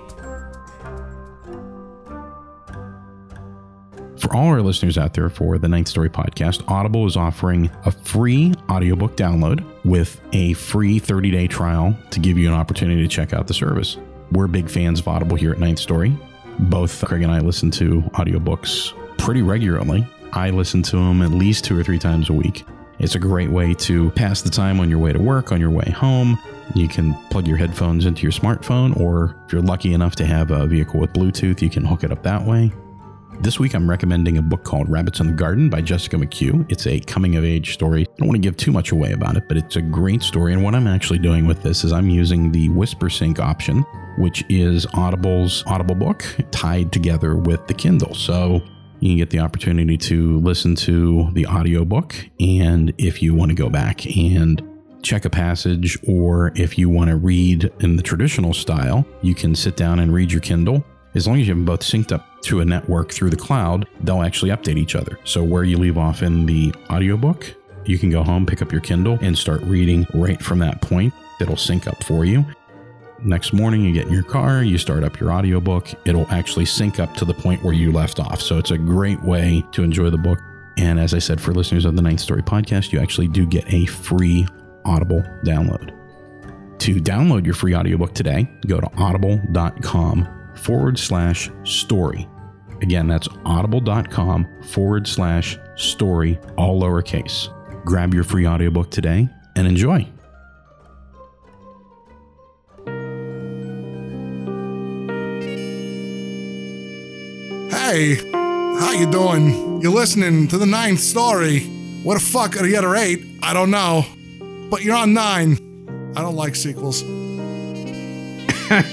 Speaker 1: For all our listeners out there for the Ninth Story podcast, Audible is offering a free audiobook download with a free 30 day trial to give you an opportunity to check out the service. We're big fans of Audible here at Ninth Story. Both Craig and I listen to audiobooks pretty regularly. I listen to them at least two or three times a week. It's a great way to pass the time on your way to work, on your way home. You can plug your headphones into your smartphone, or if you're lucky enough to have a vehicle with Bluetooth, you can hook it up that way. This week, I'm recommending a book called Rabbits in the Garden by Jessica McHugh. It's a coming of age story. I don't want to give too much away about it, but it's a great story. And what I'm actually doing with this is I'm using the WhisperSync option, which is Audible's Audible book tied together with the Kindle. So you can get the opportunity to listen to the audiobook. And if you want to go back and check a passage, or if you want to read in the traditional style, you can sit down and read your Kindle. As long as you have them both synced up to a network through the cloud, they'll actually update each other. So, where you leave off in the audiobook, you can go home, pick up your Kindle, and start reading right from that point. It'll sync up for you. Next morning, you get in your car, you start up your audiobook, it'll actually sync up to the point where you left off. So, it's a great way to enjoy the book. And as I said, for listeners of the Ninth Story podcast, you actually do get a free Audible download. To download your free audiobook today, go to audible.com forward slash story. Again, that's audible.com forward slash story, all lowercase. Grab your free audiobook today and enjoy.
Speaker 7: Hey, how you doing? You're listening to the ninth story. What the fuck are the other eight? I don't know. But you're on nine. I don't like sequels.
Speaker 3: Let's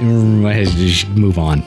Speaker 3: Mm, just move on.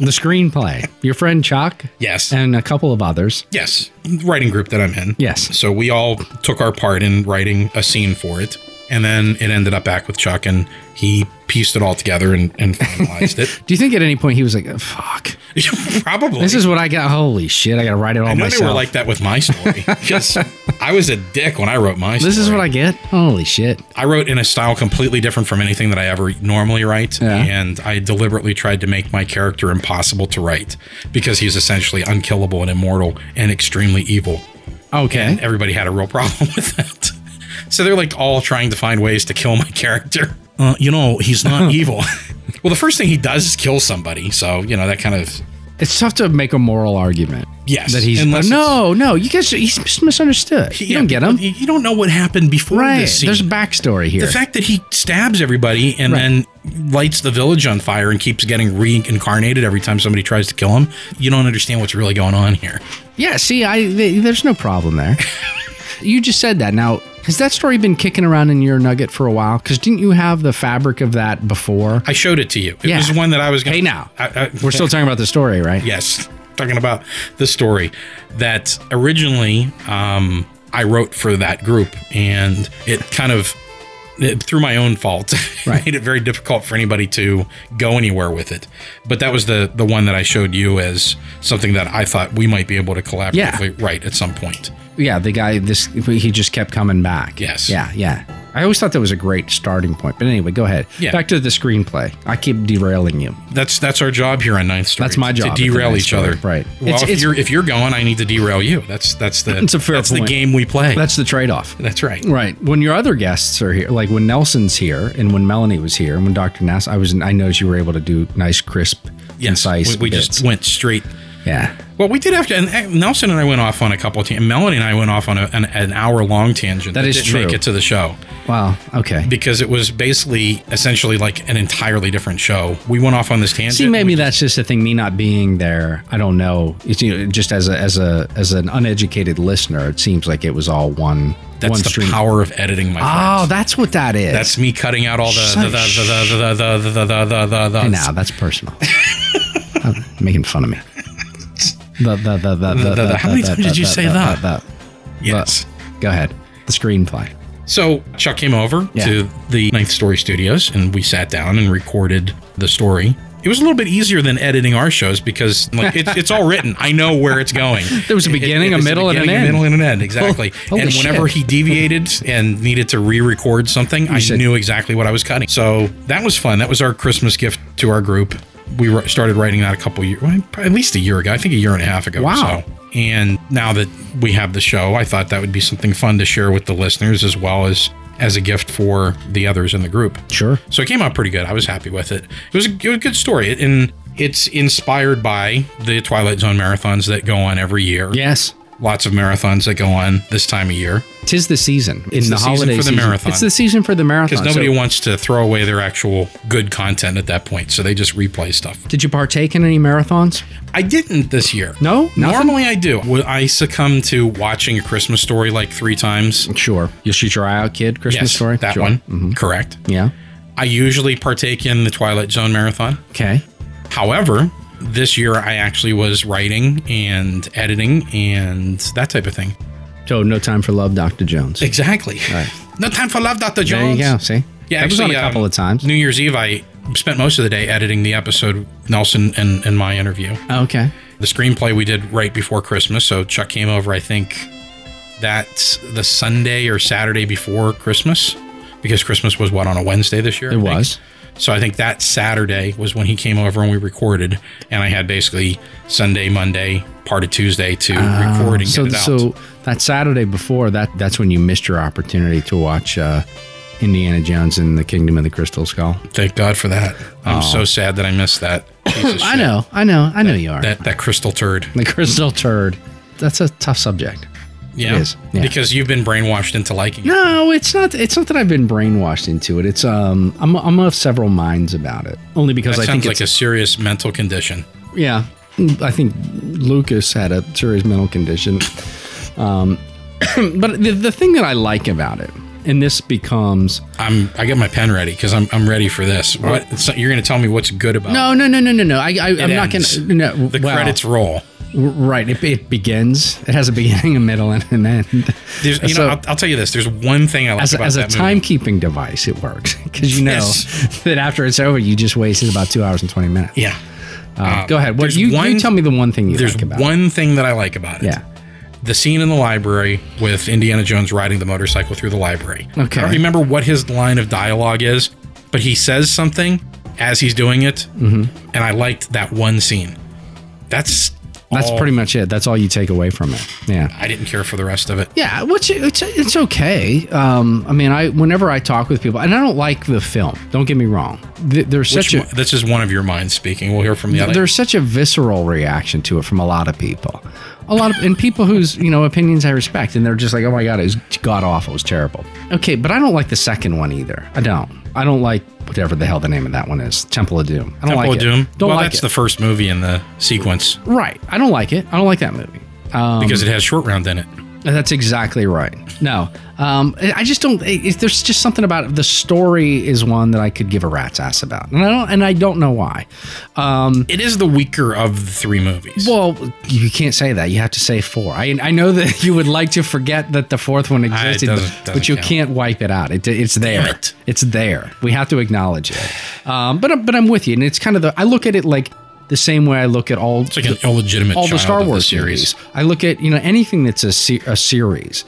Speaker 3: The screenplay. Your friend Chuck
Speaker 4: Yes.
Speaker 3: and a couple of others.
Speaker 4: Yes, writing group that I'm in.
Speaker 3: Yes.
Speaker 4: So we all took our part in writing a scene for it. And then it ended up back with Chuck, and he pieced it all together and, and finalized it.
Speaker 3: Do you think at any point he was like, "Oh, "Fuck,
Speaker 4: Probably.
Speaker 3: this is what I got"? Holy shit, I got to write it all
Speaker 4: I know
Speaker 3: myself.
Speaker 4: they were like that with my story because I was a dick when I wrote my story.
Speaker 3: this is what I get. Holy shit.
Speaker 4: I wrote in a style completely different from anything that I ever normally write,
Speaker 3: Yeah.
Speaker 4: and I deliberately tried to make my character impossible to write because he's essentially unkillable and immortal and extremely evil.
Speaker 3: Okay.
Speaker 4: Everybody had a real problem with that. So they're like all trying to find ways to kill my character. Uh, you know, he's not evil. well, the first thing he does is kill somebody. So, you know, that kind of.
Speaker 3: It's tough to make a moral argument.
Speaker 4: Yes,
Speaker 3: That he's
Speaker 4: unless
Speaker 3: no, no. You guys, he's mis- misunderstood. you don't get him,
Speaker 4: You you don't know what happened before
Speaker 3: right?
Speaker 4: this scene.
Speaker 3: There's a backstory here.
Speaker 4: The fact that he stabs everybody and
Speaker 3: Right.
Speaker 4: then lights the village on fire and keeps getting reincarnated every time somebody tries to kill him, you don't understand what's really going on here.
Speaker 3: yeah. See, I th- there's no problem there. you just said that. Now, has that story been kicking around in your nugget for a while? Because didn't you have the fabric of that before?
Speaker 4: I showed it to you. It
Speaker 3: Yeah.
Speaker 4: was one that I was going
Speaker 3: Hey, now.
Speaker 4: I, I,
Speaker 3: We're still talking about the story, right?
Speaker 4: yes, talking about the story that originally um, I wrote for that group, and it kind of it, through my own fault
Speaker 3: Right.
Speaker 4: made it very difficult for anybody to go anywhere with it. But that was the the one that I showed you as something that I thought we might be able to collaboratively write at some point.
Speaker 3: Yeah, the guy. This he just kept coming back.
Speaker 4: Yes.
Speaker 3: Yeah, yeah. I always thought that was a great starting point. But anyway, go ahead.
Speaker 4: Yeah.
Speaker 3: Back to the screenplay. I keep derailing you.
Speaker 4: That's that's our job here on Ninth Story.
Speaker 3: That's my
Speaker 4: to-
Speaker 3: job at
Speaker 4: to
Speaker 3: the
Speaker 4: derail
Speaker 3: Ninth
Speaker 4: each
Speaker 3: Story,
Speaker 4: other.
Speaker 3: right.
Speaker 4: Well,
Speaker 3: It's-
Speaker 4: if
Speaker 3: it's-
Speaker 4: you're if you're going, I need to derail you. That's that's the
Speaker 3: It's a fair
Speaker 4: that's the
Speaker 3: point.
Speaker 4: game we play.
Speaker 3: That's the trade-off.
Speaker 4: that's right.
Speaker 3: Right. When your other guests are here, like when Nelson's here and when Melanie was here and when Dr. Nass, I was, I noticed you were able to do nice, crisp, concise.
Speaker 4: we, we
Speaker 3: bits.
Speaker 4: just went straight
Speaker 3: yeah.
Speaker 4: Well, we did have to, and uh, Nelson and I went off on a couple of tangents. Melanie and I went off on a, an, an hour long tangent.
Speaker 3: That is
Speaker 4: didn't Make
Speaker 3: true.
Speaker 4: it to the show
Speaker 3: Wow. Okay.
Speaker 4: because it was basically essentially like an entirely different show. We went off on this tangent.
Speaker 3: See,
Speaker 4: We
Speaker 3: maybe
Speaker 4: just-
Speaker 3: that's just the thing. Me not being there, I don't know. It's you know, just as a as a as an uneducated listener, it seems like it was all one
Speaker 4: that's
Speaker 3: one
Speaker 4: the
Speaker 3: stream.
Speaker 4: power of editing. My
Speaker 3: Oh,
Speaker 4: friends.
Speaker 3: that's what that is.
Speaker 4: that's me cutting out all the
Speaker 3: Shh.
Speaker 4: the the the the the the the the the.
Speaker 3: now. That's personal. Oh, making fun of me. The the the the the.
Speaker 4: the-
Speaker 3: the-
Speaker 4: how many
Speaker 3: the-
Speaker 4: times did
Speaker 3: the-
Speaker 4: you
Speaker 3: the-
Speaker 4: say
Speaker 3: the-
Speaker 4: that?
Speaker 3: the-
Speaker 4: Yes.
Speaker 3: the- Go ahead. The screenplay.
Speaker 4: So Chuck came over
Speaker 3: Yeah.
Speaker 4: to the Ninth Story Studios and we sat down and recorded the story. It was a little bit easier than editing our shows because like it's, it's all written. I know where it's going.
Speaker 3: There was a
Speaker 4: It- it-
Speaker 3: beginning, a
Speaker 4: it's
Speaker 3: middle, and an
Speaker 4: beginning,
Speaker 3: end.
Speaker 4: middle and an end, exactly.
Speaker 3: holy
Speaker 4: and whenever
Speaker 3: shit.
Speaker 4: he deviated and needed to re-record something, I
Speaker 3: said-
Speaker 4: knew exactly what I was cutting. So that was fun. That was our Christmas gift to our group. We wr- started writing that a couple years, well, at least a year ago. I think a year and a half ago. or
Speaker 3: Wow.
Speaker 4: so. And now that we have the show, I thought that would be something fun to share with the listeners as well as as a gift for the others in the group.
Speaker 3: Sure.
Speaker 4: So it came out pretty good. I was happy with it. It was a, it was a good story, It- and it's inspired by the Twilight Zone marathons that go on every year.
Speaker 3: Yes.
Speaker 4: Lots of marathons that go on this time of year
Speaker 3: Tis the season in the,
Speaker 4: the season
Speaker 3: holiday
Speaker 4: for the
Speaker 3: season.
Speaker 4: marathon.
Speaker 3: It's the season for the marathon.
Speaker 4: because
Speaker 3: So,
Speaker 4: nobody wants to throw away their actual good content at that point. So they just replay stuff.
Speaker 3: did you partake in any marathons?
Speaker 4: I didn't this year.
Speaker 3: No? Nothing?
Speaker 4: Normally I do. Well, I succumb to watching a Christmas story like three times.
Speaker 3: Sure. You shoot your eye out, kid. Christmas
Speaker 4: yes,
Speaker 3: story.
Speaker 4: That
Speaker 3: Sure. Mm, Mm-hmm.
Speaker 4: one. Correct.
Speaker 3: Yeah.
Speaker 4: I usually partake in the Twilight Zone marathon.
Speaker 3: Okay.
Speaker 4: However, this year I actually was writing and editing and that type of thing.
Speaker 3: So no time for love, Doctor Jones.
Speaker 4: Exactly. No time for love,
Speaker 3: There
Speaker 4: Dr.
Speaker 3: you
Speaker 4: Jones.
Speaker 3: go. See.
Speaker 4: Yeah,
Speaker 3: That was
Speaker 4: actually,
Speaker 3: on a couple
Speaker 4: um,
Speaker 3: of times.
Speaker 4: New Year's Eve, I spent most of the day editing the episode Nelson and, and my interview.
Speaker 3: okay.
Speaker 4: The screenplay we did right before Christmas, so Chuck came over. I think that's the Sunday or Saturday before Christmas, because Christmas was what on a Wednesday this year. I
Speaker 3: It
Speaker 4: think.
Speaker 3: was.
Speaker 4: So I think that Saturday was when he came over and we recorded, and I had basically Sunday, Monday, part of Tuesday to record and
Speaker 3: Ah, So
Speaker 4: get it out.
Speaker 3: so that Saturday before that that's when you missed your opportunity to watch uh, Indiana Jones and the Kingdom of the Crystal Skull.
Speaker 4: Thank God for that. I'm so sad that I missed that. piece of
Speaker 3: I
Speaker 4: shit.
Speaker 3: know. I know. I know you are.
Speaker 4: that that crystal turd.
Speaker 3: the crystal turd. That's a tough subject.
Speaker 4: Yeah.
Speaker 3: is, yeah.
Speaker 4: Because you've been brainwashed into liking it.
Speaker 3: No, it's not. It's not that I've been brainwashed into it. It's um, I'm I'm of several minds about it. Only because
Speaker 4: That
Speaker 3: I think
Speaker 4: sounds like
Speaker 3: it's
Speaker 4: a serious mental condition.
Speaker 3: yeah. I think Lucas had a serious mental condition. Um, but the the thing that I like about it, and this becomes
Speaker 4: I'm I got my pen ready because I'm I'm ready for this. What so you're going to tell me what's good about
Speaker 3: no no no no no no. I, I I'm
Speaker 4: it
Speaker 3: not
Speaker 4: ends.
Speaker 3: gonna no
Speaker 4: the
Speaker 3: well,
Speaker 4: credits roll.
Speaker 3: Right. It, it begins. It has a beginning, a middle, and an end.
Speaker 4: There's, you
Speaker 3: So-
Speaker 4: know, I'll, I'll tell you this. There's one thing I like
Speaker 3: As a,
Speaker 4: about
Speaker 3: as a
Speaker 4: that movie.
Speaker 3: timekeeping device, it works because you know
Speaker 4: Yes.
Speaker 3: that after it's over, you just wasted about two hours and twenty minutes.
Speaker 4: Yeah.
Speaker 3: Uh, go ahead. What
Speaker 4: there's
Speaker 3: you,
Speaker 4: one-
Speaker 3: you tell me the one thing you
Speaker 4: There's
Speaker 3: like about it.
Speaker 4: one thing that I like about it.
Speaker 3: Yeah.
Speaker 4: The scene in the library with Indiana Jones riding the motorcycle through the library.
Speaker 3: Okay.
Speaker 4: I don't remember what his line of dialogue is, but he says something as he's doing it,
Speaker 3: Mm-hmm.
Speaker 4: and I liked that one scene. That's
Speaker 3: That's
Speaker 4: all-
Speaker 3: pretty much it. That's all you take away from it. Yeah.
Speaker 4: I didn't care for the rest of it.
Speaker 3: Yeah, which it's it's okay. Um, I mean, I whenever I talk with people, and I don't like the film. Don't get me wrong. Th- There's
Speaker 4: Which
Speaker 3: such a
Speaker 4: one- this is one of your minds speaking. We'll hear from the other.
Speaker 3: there's such a visceral reaction to it from a lot of people. A lot of and people whose you know opinions I respect, and they're just like, oh my god, it was god awful, it was terrible. Okay, but I don't like the second one either. I don't. I don't like whatever the hell the name of that one is, Temple of Doom. I don't
Speaker 4: Temple
Speaker 3: like
Speaker 4: of
Speaker 3: it.
Speaker 4: Doom.
Speaker 3: Don't
Speaker 4: well,
Speaker 3: like
Speaker 4: that's
Speaker 3: it.
Speaker 4: the first movie in the sequence
Speaker 3: right. I don't like it. I don't like that movie. Um,
Speaker 4: because it has short round in it.
Speaker 3: That's exactly right. No, um, I I just don't. It, it- there's just something about it. the story is one that I could give a rat's ass about, and I don't. And I don't know why.
Speaker 4: It is the weaker of the three movies.
Speaker 3: Well, you can't say that. You have to say four. I, I know that you would like to forget that the fourth one existed,
Speaker 4: Ah, doesn't-
Speaker 3: but-
Speaker 4: doesn't
Speaker 3: but you
Speaker 4: count.
Speaker 3: can't wipe it out. It, it's there.
Speaker 4: it.
Speaker 3: It's there. We have to acknowledge it. Um, but but I'm with you, and it's kind of the I look at it like the same way I look at all
Speaker 4: it's like an illegitimate
Speaker 3: all the
Speaker 4: child
Speaker 3: Star
Speaker 4: of
Speaker 3: Wars
Speaker 4: series.
Speaker 3: series. I look at you know anything that's a, se- a series,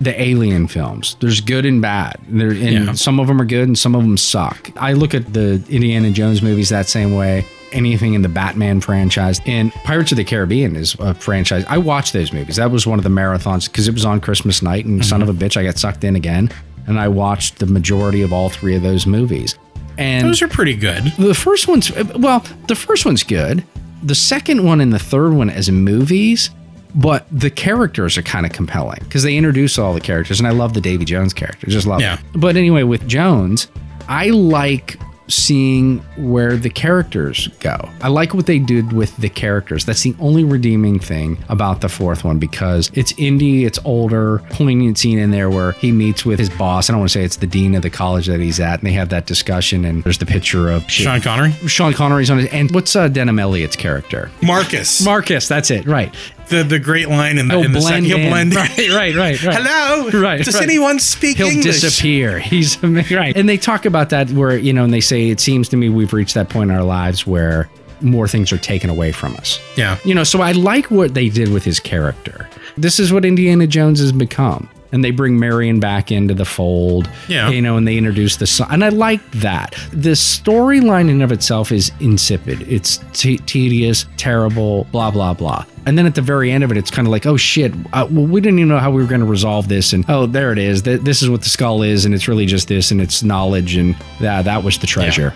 Speaker 3: the Alien films. There's good and bad. There and
Speaker 4: Yeah.
Speaker 3: some of them are good and some of them suck. I look at the Indiana Jones movies that same way. Anything in the Batman franchise and Pirates of the Caribbean is a franchise. I watched those movies. That was one of the marathons because it was on Christmas night and son
Speaker 4: Mm-hmm.
Speaker 3: of a bitch, I got sucked in again. And I watched the majority of all three of those movies. And
Speaker 4: Those are pretty good.
Speaker 3: the first one's well, the first one's good. The second one and the third one as movies, but the characters are kind of compelling because they introduce all the characters, and I love the Davy Jones character, just love.
Speaker 4: Yeah.
Speaker 3: It. But anyway, with Jones, I like seeing where the characters go. I like what they did with the characters. That's the only redeeming thing about the fourth one because it's indie, it's older, poignant scene in there where he meets with his boss. I don't want to say it's the dean of the college that he's at, and they have that discussion. And there's the picture of
Speaker 4: Sean Connery.
Speaker 3: Sean Connery's on his and what's uh, Denham Elliott's character?
Speaker 4: Marcus.
Speaker 3: Marcus, that's it, right?
Speaker 4: the the great line in the,
Speaker 3: He'll
Speaker 4: in the
Speaker 3: blend
Speaker 4: second. He'll
Speaker 3: in.
Speaker 4: blend in.
Speaker 3: Right, right, right, right.
Speaker 4: Hello.
Speaker 3: Right,
Speaker 4: Does
Speaker 3: right.
Speaker 4: anyone speak
Speaker 3: He'll
Speaker 4: English?
Speaker 3: disappear. He's right. And they talk about that where you know, and they say it seems to me we've reached that point in our lives where more things are taken away from us.
Speaker 4: Yeah.
Speaker 3: You know, so I like what they did with his character. This is what Indiana Jones has become. And they bring Marion back into the fold.
Speaker 4: Yeah.
Speaker 3: You know, and they introduce the son. And I like that. The storyline in of itself is insipid. It's te- tedious, terrible, blah, blah, blah. And then at the very end of it, it's kind of like, oh shit, uh, well, we didn't even know how we were going to resolve this. And oh, there it is. Th- this is what the skull is. And it's really just this. And it's knowledge. And that, that was the treasure.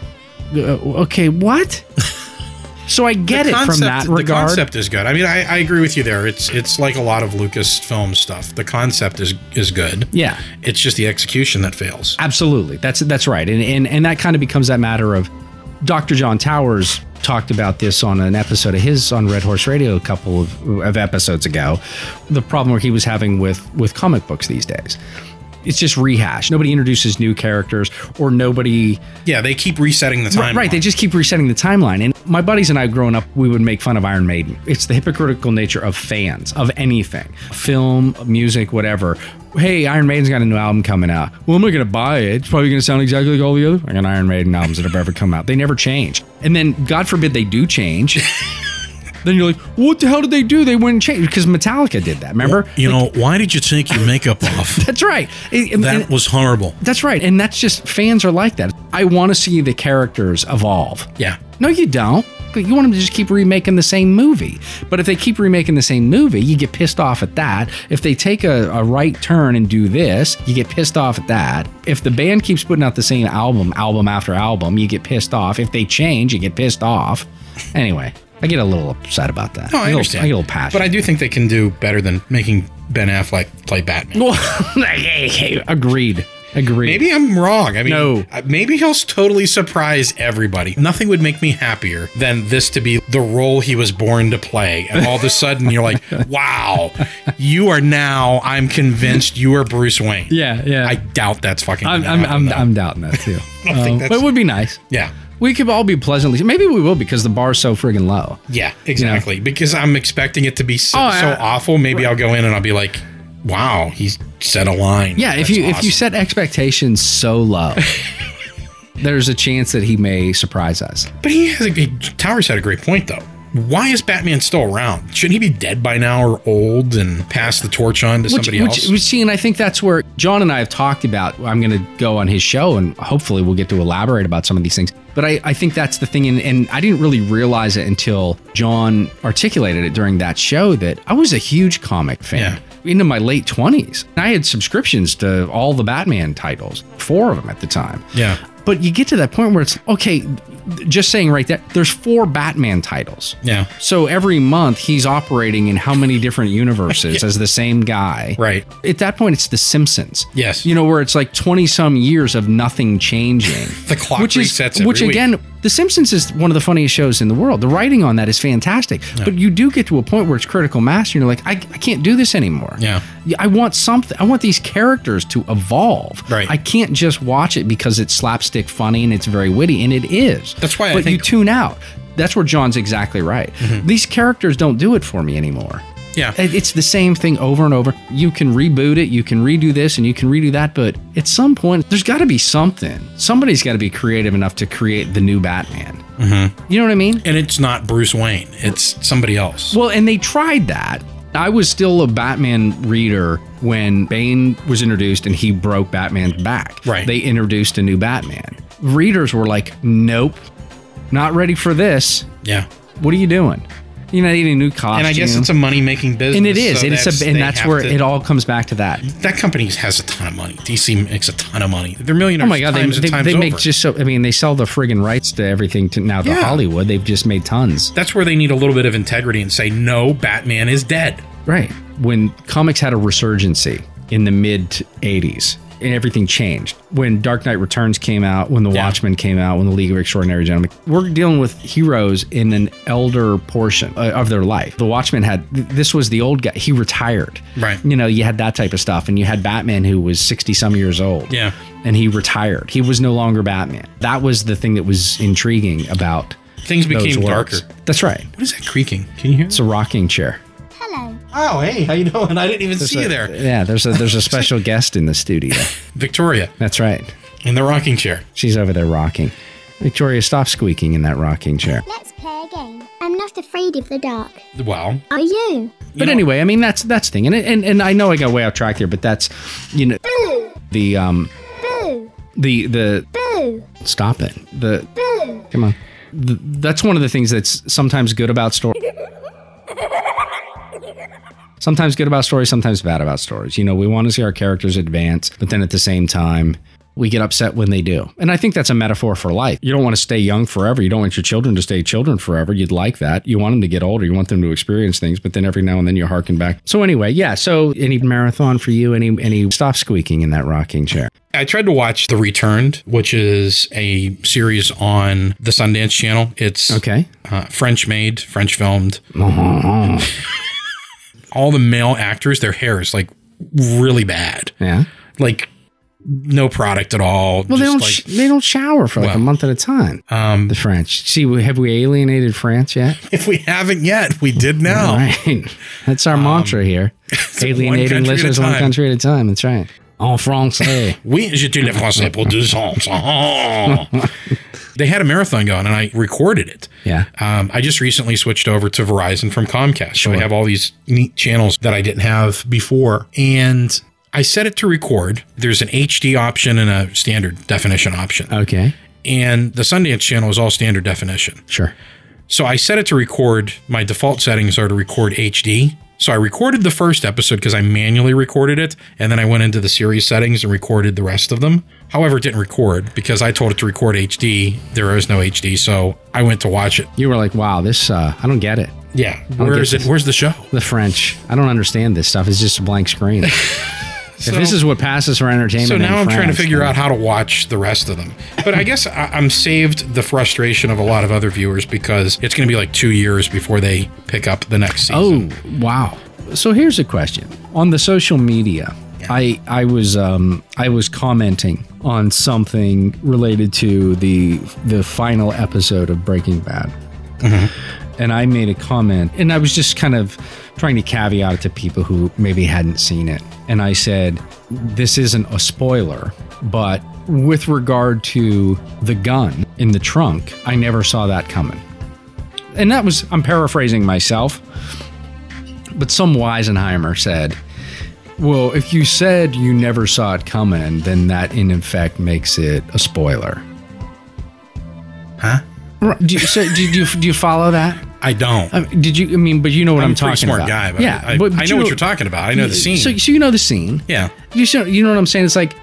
Speaker 3: Uh, okay, what? so I get it from that
Speaker 4: the
Speaker 3: regard.
Speaker 4: concept is good. I mean, I, I agree with you there. It's it's like a lot of Lucasfilm stuff. The concept is is good.
Speaker 3: Yeah,
Speaker 4: It's just the execution that fails.
Speaker 3: absolutely. That's that's right. And and and that kind of becomes that matter of Dr. John Towers talked about this on an episode of his on Red Horse Radio a couple of, of episodes ago. The problem he was having with with comic books these days. It's just rehash. Nobody introduces new characters or nobody
Speaker 4: Yeah, they keep resetting the
Speaker 3: Right,
Speaker 4: time.
Speaker 3: right, they just keep resetting the timeline. And my buddies and I, growing up, we would make fun of Iron Maiden. It's the hypocritical nature of fans of anything, film, music, whatever. Hey, Iron Maiden's got a new album coming out. Well, am I going to buy it? It's probably going to sound exactly like all the other fucking Iron Maiden albums that have ever come out. They never change. And then, God forbid, they do change. then you're like, what the hell did they do? They wouldn't change because Metallica did that. Remember?
Speaker 5: You know, why did you take your makeup off?
Speaker 3: That's right. It- it-
Speaker 5: That was horrible.
Speaker 3: that's right. And that's just fans are like that. I want to see the characters evolve.
Speaker 4: Yeah.
Speaker 3: No, you don't. But You want them to just keep remaking the same movie. But if they keep remaking the same movie, you get pissed off at that. If they take a, a right turn and do this, you get pissed off at that. If the band keeps putting out the same album, album after album, you get pissed off. If they change, you get pissed off. Anyway, I get a little upset about that. get
Speaker 4: No, I
Speaker 3: a little-
Speaker 4: understand.
Speaker 3: I get a little passionate.
Speaker 4: But I do think they can do better than making Ben Affleck play Batman.
Speaker 3: do. Agreed. Agreed.
Speaker 4: Maybe I'm wrong. I mean,
Speaker 3: No.
Speaker 4: uh, maybe he'll s- totally surprise everybody. Nothing would make me happier than this to be the role he was born to play. And all of a sudden, you're like, wow, you are now, I'm convinced you are Bruce Wayne.
Speaker 3: Yeah, yeah.
Speaker 4: I doubt that's fucking.
Speaker 3: I'm,
Speaker 4: gonna
Speaker 3: I'm,
Speaker 4: happen,
Speaker 3: I'm,
Speaker 4: though.
Speaker 3: I'm doubting that too.
Speaker 4: don't think
Speaker 3: Um,
Speaker 4: that's-
Speaker 3: but it would be nice.
Speaker 4: yeah.
Speaker 3: we could all be pleasantly. Maybe we will because the bar's so friggin' low.
Speaker 4: Yeah, exactly. Because I'm expecting it to be so,
Speaker 3: Oh,
Speaker 4: so
Speaker 3: I-
Speaker 4: awful. Maybe I'll go in and I'll be like, "Wow, he said a line."
Speaker 3: Yeah, if
Speaker 4: That's
Speaker 3: you if you
Speaker 4: awesome."
Speaker 3: set expectations so low, there's a chance that he may surprise us.
Speaker 4: but he has a he, Towers had a great point though. Why is Batman still around? Shouldn't he be dead by now or old and pass the torch on to
Speaker 3: Which,
Speaker 4: somebody
Speaker 3: which,
Speaker 4: else?
Speaker 3: which, see, and I think that's where John and I have talked about. I'm going to go on his show, and hopefully we'll get to elaborate about some of these things. But I, I think that's the thing, and, and I didn't really realize it until John articulated it during that show that I was a huge comic fan. Into my late 20s. I had subscriptions to all the Batman titles, four of them at the time.
Speaker 4: Yeah.
Speaker 3: But you get to that point where it's okay, th- just saying right there, there's four Batman titles.
Speaker 4: yeah,
Speaker 3: So every month he's operating in how many different universes as the same guy.
Speaker 4: right.
Speaker 3: At that point, it's The Simpsons.
Speaker 4: Yes.
Speaker 3: You know, where it's like 20 some years of nothing changing.
Speaker 4: The clock
Speaker 3: which is,
Speaker 4: resets every
Speaker 3: Which
Speaker 4: week.
Speaker 3: again, The Simpsons is one of the funniest shows in the world. The writing on that is fantastic. But you do get to a point where it's critical mass and you're like, I, I can't do this anymore.
Speaker 4: Yeah.
Speaker 3: I want something. I want these characters to evolve.
Speaker 4: Right.
Speaker 3: I can't just watch it because it's slapstick funny and it's very witty, and it is.
Speaker 4: That's why I
Speaker 3: But you
Speaker 4: think- Mm-hmm.
Speaker 3: tune out. That's where John's exactly right. These characters don't do it for me anymore.
Speaker 4: Yeah.
Speaker 3: It- It's the same thing over and over. You can reboot it, you can redo this, and you can redo that, but at some point, there's got to be something. Somebody's got to be creative enough to create the new Batman.
Speaker 4: Mm-hmm.
Speaker 3: You know what I mean?
Speaker 4: and it's not Bruce Wayne. It's somebody else.
Speaker 3: Well, and they tried that. I was still a Batman reader when Bane was introduced and he broke Batman's back.
Speaker 4: Right.
Speaker 3: They introduced a new Batman. Readers were like, nope, not ready for this.
Speaker 4: yeah.
Speaker 3: What are you doing? You're not eating a new costume.
Speaker 4: And I guess it's a money making business.
Speaker 3: and it is.
Speaker 4: so
Speaker 3: and it's a,
Speaker 4: they
Speaker 3: and that's
Speaker 4: have
Speaker 3: where
Speaker 4: to-
Speaker 3: it all comes back to that.
Speaker 4: That company has a ton of money. DC makes a ton of money. They're millionaires.
Speaker 3: Oh my god, they,
Speaker 4: times and
Speaker 3: they,
Speaker 4: times
Speaker 3: they make
Speaker 4: over.
Speaker 3: just so. I mean, they sell the friggin' rights to everything to now to
Speaker 4: Yeah.
Speaker 3: Hollywood. They've just made tons.
Speaker 4: That's where they need a little bit of integrity and say, no, Batman is dead.
Speaker 3: Right. When comics had a resurgency in the mid 80s and everything changed. When Dark Knight Returns came out, when The
Speaker 4: Yeah.
Speaker 3: Watchmen came out, when The League of Extraordinary Gentlemen, we're dealing with heroes in an elder portion uh, of their life. The Watchmen had th- this was the old guy, he retired.
Speaker 4: Right.
Speaker 3: You know, you had that type of stuff and you had Batman who was 60 some years old.
Speaker 4: Yeah.
Speaker 3: And he retired. He was no longer Batman. That was the thing that was intriguing about
Speaker 4: Things
Speaker 3: those
Speaker 4: became
Speaker 3: works.
Speaker 4: darker.
Speaker 3: That's right.
Speaker 4: What is that creaking? Can you hear?
Speaker 3: It's a rocking chair.
Speaker 2: Hello.
Speaker 4: Oh, hey, how you doing? I didn't even see you there.
Speaker 3: Yeah, there's a there's a special guest in the studio.
Speaker 4: Victoria
Speaker 3: That's right.
Speaker 4: in the rocking chair.
Speaker 3: She's over there rocking. Victoria, stop squeaking in that rocking chair.
Speaker 2: Let's play a game. I'm not afraid of the dark.
Speaker 4: Wow.
Speaker 2: Are you?
Speaker 3: but anyway, I mean that's that's the thing, and and and I know I got way off track here, but that's you know
Speaker 2: Boo!
Speaker 3: the um
Speaker 2: Boo!
Speaker 3: the the
Speaker 2: Boo!
Speaker 3: stop it the
Speaker 2: Boo!
Speaker 3: come on Th that's one of the things that's sometimes good about story. Sometimes good about stories, sometimes bad about stories. You know, we want to see our characters advance, but then at the same time, we get upset when they do. And I think that's a metaphor for life. You don't want to stay young forever. You don't want your children to stay children forever. You'd like that. You want them to get older. You want them to experience things, but then every now and then you harken back. So anyway, yeah. So any marathon for you? Any any stop squeaking in that rocking chair?
Speaker 4: I tried to watch The Returned, which is a series on the Sundance Channel. It's
Speaker 3: Okay.
Speaker 4: uh, French made, French filmed. All the male actors, their hair is like really bad,
Speaker 3: Yeah.
Speaker 4: like no product at all.
Speaker 3: Well, they
Speaker 4: just
Speaker 3: don't
Speaker 4: like,
Speaker 3: sh- they don't shower for like a
Speaker 4: Well.
Speaker 3: month at a time.
Speaker 4: um,
Speaker 3: The French. See, we- have we alienated France yet?
Speaker 4: if we haven't yet, we did now.
Speaker 3: All right. That's our mantra here.
Speaker 4: Um, country
Speaker 3: Alienating
Speaker 4: at a
Speaker 3: listeners one
Speaker 4: time.
Speaker 3: country at a time. That's right. En français.
Speaker 4: Oui, j'étais le français pour deux ans. Oh. they had a marathon going and I recorded it.
Speaker 3: Yeah.
Speaker 4: Um, I just recently switched over to Verizon from Comcast. So I have all these neat channels that I didn't have before. And I set it to record. There's an HD option and a standard definition option.
Speaker 3: Okay.
Speaker 4: And the Sundance channel is all standard definition.
Speaker 3: Sure.
Speaker 4: So I set it to record. My default settings are to record HD. So I recorded the first episode because I manually recorded it. And then I went into the series settings and recorded the rest of them. However, it didn't record because I told it to record HD. There is no HD. So I went to watch it.
Speaker 3: You were like, wow, this, uh, I don't get it.
Speaker 4: Yeah. Where
Speaker 3: get
Speaker 4: is it?
Speaker 3: this.
Speaker 4: Where's the show?
Speaker 3: The French. I don't understand this stuff. It's just a blank screen. if this is what passes for entertainment.
Speaker 4: So
Speaker 3: in
Speaker 4: now I'm trying to
Speaker 3: France,
Speaker 4: figure
Speaker 3: then-
Speaker 4: out how to watch the rest of them. But I guess I, I'm saved the frustration of a lot of other viewers because it's going to be like two years before they pick up the next season.
Speaker 3: Oh, wow. So here's a question. On the social media, I I was um I was commenting on something related to the the final episode of Breaking Bad. And I made a comment, and I was just kind of trying to caveat it to people who maybe hadn't seen it. And I said, This isn't a spoiler, but with regard to the gun in the trunk, I never saw that coming. And that was, I'm paraphrasing myself, but some Weisenheimer said, well, if you said you never saw it coming, then that in effect makes it a spoiler. Huh? Do you, so, do, you, do you follow that?
Speaker 4: I don't.
Speaker 3: I
Speaker 4: I'm,
Speaker 3: mean, did you? I mean, but you know what I'm,
Speaker 4: a pretty
Speaker 3: Oh, talking
Speaker 4: smart
Speaker 3: about.
Speaker 4: guy, but
Speaker 3: yeah,
Speaker 4: I,
Speaker 3: but-
Speaker 4: I
Speaker 3: but you
Speaker 4: know what you're talking about. I know the scene.
Speaker 3: So, so you know the scene.
Speaker 4: yeah.
Speaker 3: You so you know what I'm saying? It's like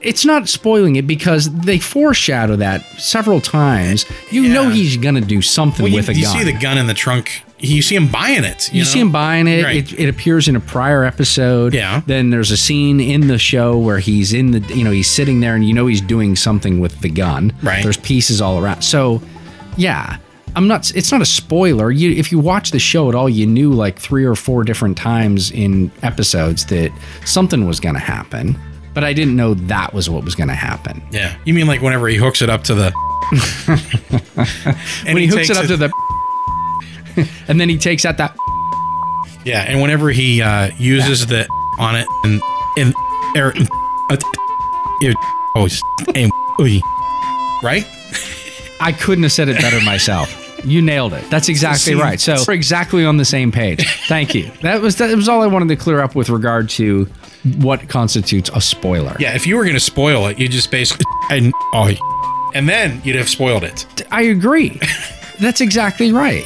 Speaker 3: it's not spoiling it because they foreshadow that several times. You know
Speaker 4: Yeah.
Speaker 3: he's gonna do something
Speaker 4: Well, you,
Speaker 3: with a
Speaker 4: you
Speaker 3: gun.
Speaker 4: see the gun in the trunk. You see him buying it. You,
Speaker 3: you
Speaker 4: know?
Speaker 3: see him buying it.
Speaker 4: Right.
Speaker 3: it. It appears in a prior episode.
Speaker 4: Yeah.
Speaker 3: Then there's a scene in the show where he's in the, you know, he's sitting there and you know he's doing something with the gun.
Speaker 4: Right.
Speaker 3: There's pieces all around. So, yeah, I'm not. It's not a spoiler. You, if you watch the show at all, you knew like three or four different times in episodes that something was going to happen, but I didn't know that was what was going to happen.
Speaker 4: Yeah. You mean like whenever he hooks it up to the. and
Speaker 3: when he, hooks
Speaker 4: takes
Speaker 3: it up to the, and then he takes out that.
Speaker 4: Yeah, and whenever he uh, uses the on it and and er, uh, er, oh, s- and oy. right?
Speaker 3: I couldn't have said it better myself. You nailed it. That's exactly right. So we're exactly on the same page. Thank you. That was that was all I wanted to clear up with regard to what constitutes a spoiler.
Speaker 4: Yeah. If you were gonna spoil it, you just basically and oh, and then you'd have spoiled it.
Speaker 3: I agree. That's exactly right.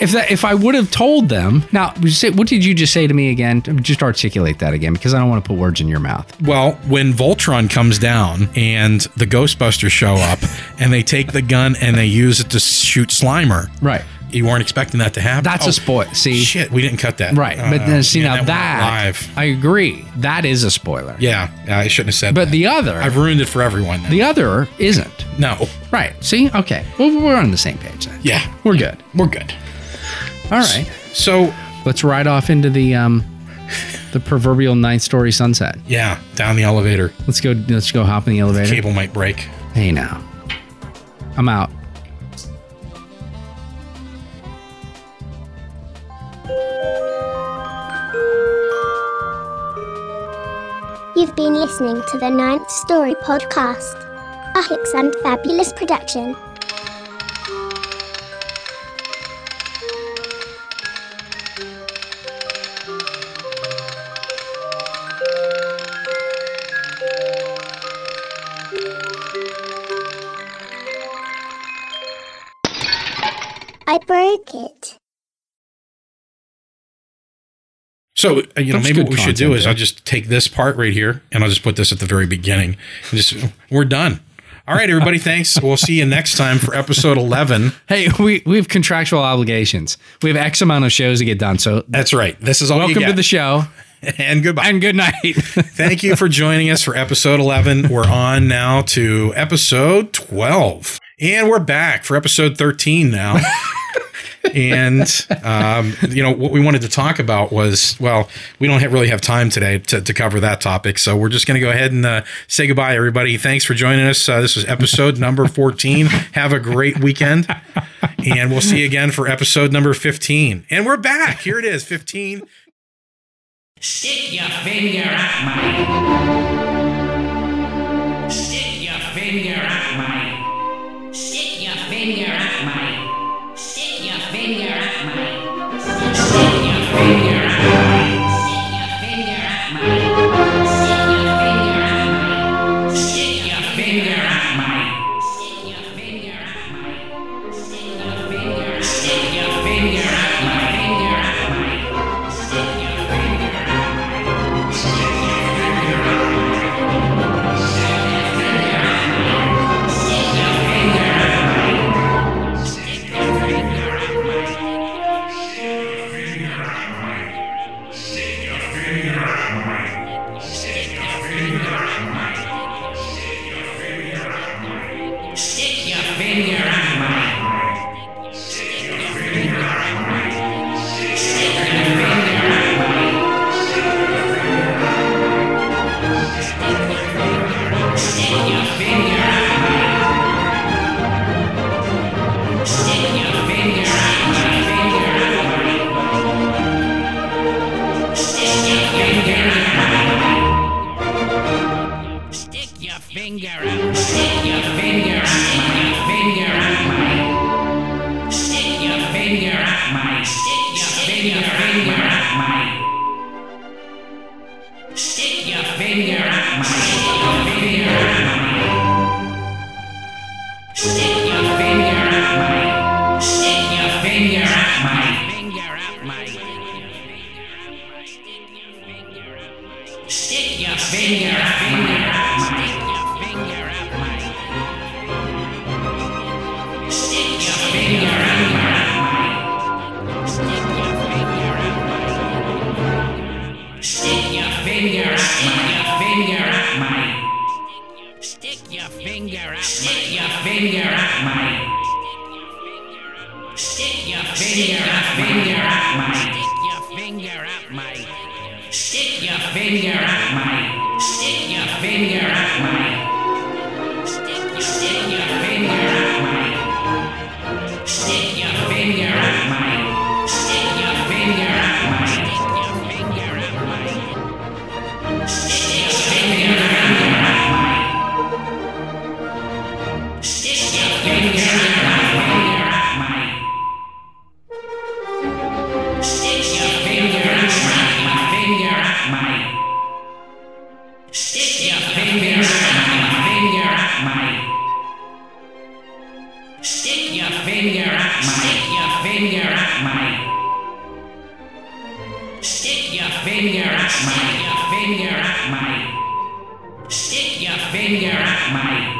Speaker 3: If that if I would have told them now, you say- what did you just say to me again? Just articulate that again because I don't want to put words in your mouth.
Speaker 4: Well, when Voltron comes down and the Ghostbusters show up and they take the gun and they use it to shoot Slimer,
Speaker 3: Right.
Speaker 4: you weren't expecting that to happen.
Speaker 3: That's
Speaker 4: Oh,
Speaker 3: a spoil. See.
Speaker 4: Shit, we didn't cut that.
Speaker 3: Right. but
Speaker 4: Oh,
Speaker 3: then see
Speaker 4: man,
Speaker 3: now that,
Speaker 4: went live.
Speaker 3: I agree. That is a spoiler.
Speaker 4: Yeah, yeah, I shouldn't have said.
Speaker 3: But
Speaker 4: that.
Speaker 3: the other
Speaker 4: I've ruined it for everyone. Now.
Speaker 3: the other isn't.
Speaker 4: no.
Speaker 3: Right. See? Okay. Well, we're on the same page then.
Speaker 4: Yeah,
Speaker 3: We're good.
Speaker 4: we're good.
Speaker 3: All right.
Speaker 4: So
Speaker 3: Let's ride off into the um the proverbial ninth story sunset.
Speaker 4: yeah, down the elevator,
Speaker 3: Let's go let's go hop in the elevator.
Speaker 4: cable might break.
Speaker 3: Hey now. I'm out.
Speaker 2: You've been listening to the Ninth Story podcast, a Hicks and Fabulous production. I broke it.
Speaker 4: So uh, you know,
Speaker 3: That's
Speaker 4: maybe
Speaker 3: good
Speaker 4: what we should do
Speaker 3: content
Speaker 4: is
Speaker 3: there.
Speaker 4: I'll just take this part right here and I'll just put this at the very beginning. And just we're done. All right, everybody. thanks. We'll see you next time for episode eleven.
Speaker 3: Hey, we we have contractual obligations. We have X amount of shows to get done. So
Speaker 4: That's right. This is all
Speaker 3: welcome to the show
Speaker 4: show and goodbye.
Speaker 3: and good night.
Speaker 4: Thank you for joining us for episode 11. We're on now to episode 12. And we're back for episode 13 now. and, um, you know, what we wanted to talk about was well, we don't have, really have time today to, to cover that topic. So we're just going to go ahead and uh, say goodbye, everybody. Thanks for joining us. Uh, this was episode number 14. Have a great weekend. And we'll see you again for episode number 15. And we're back. Here it is 15.
Speaker 8: Stick your finger up mine. Stick your finger up mine. Stick your finger up mine. Stick your finger up mine. Stick your finger up mine. Stick your finger up mine. Stick your finger up mine. Stick your finger up mine. Stick your finger up mine. Stick your finger. Stick your finger up mine. Finger up mine. Stick your finger up mine. Stick your finger up my finger up. Stick your finger up my finger up my. Stick your finger up my. Stick your finger up my. Stick your finger up my. Stick your finger up my. Stick your finger up my. Stick your finger up my. Finger up my. Stick your finger up my. Stick your finger up my. Stick your finger up my. Stick your finger up my. Stick your finger up my. Finger up my. Stick your finger up Stick your finger up my. Stick your finger up finger up my. Stick your finger up my. Stick your finger up my. Stick your finger up my. Stick your stick your finger up my. Stick your finger up my. Stick your finger up my. Stick your finger up my. Stick your finger up my. Stick your finger up my. Finger up my. Stick your finger up my. Finger up my. Stick your finger up my finger up my. Stick your finger up my. Stick your finger up my. Stick your finger up my. Your finger up my. Stick your finger up my.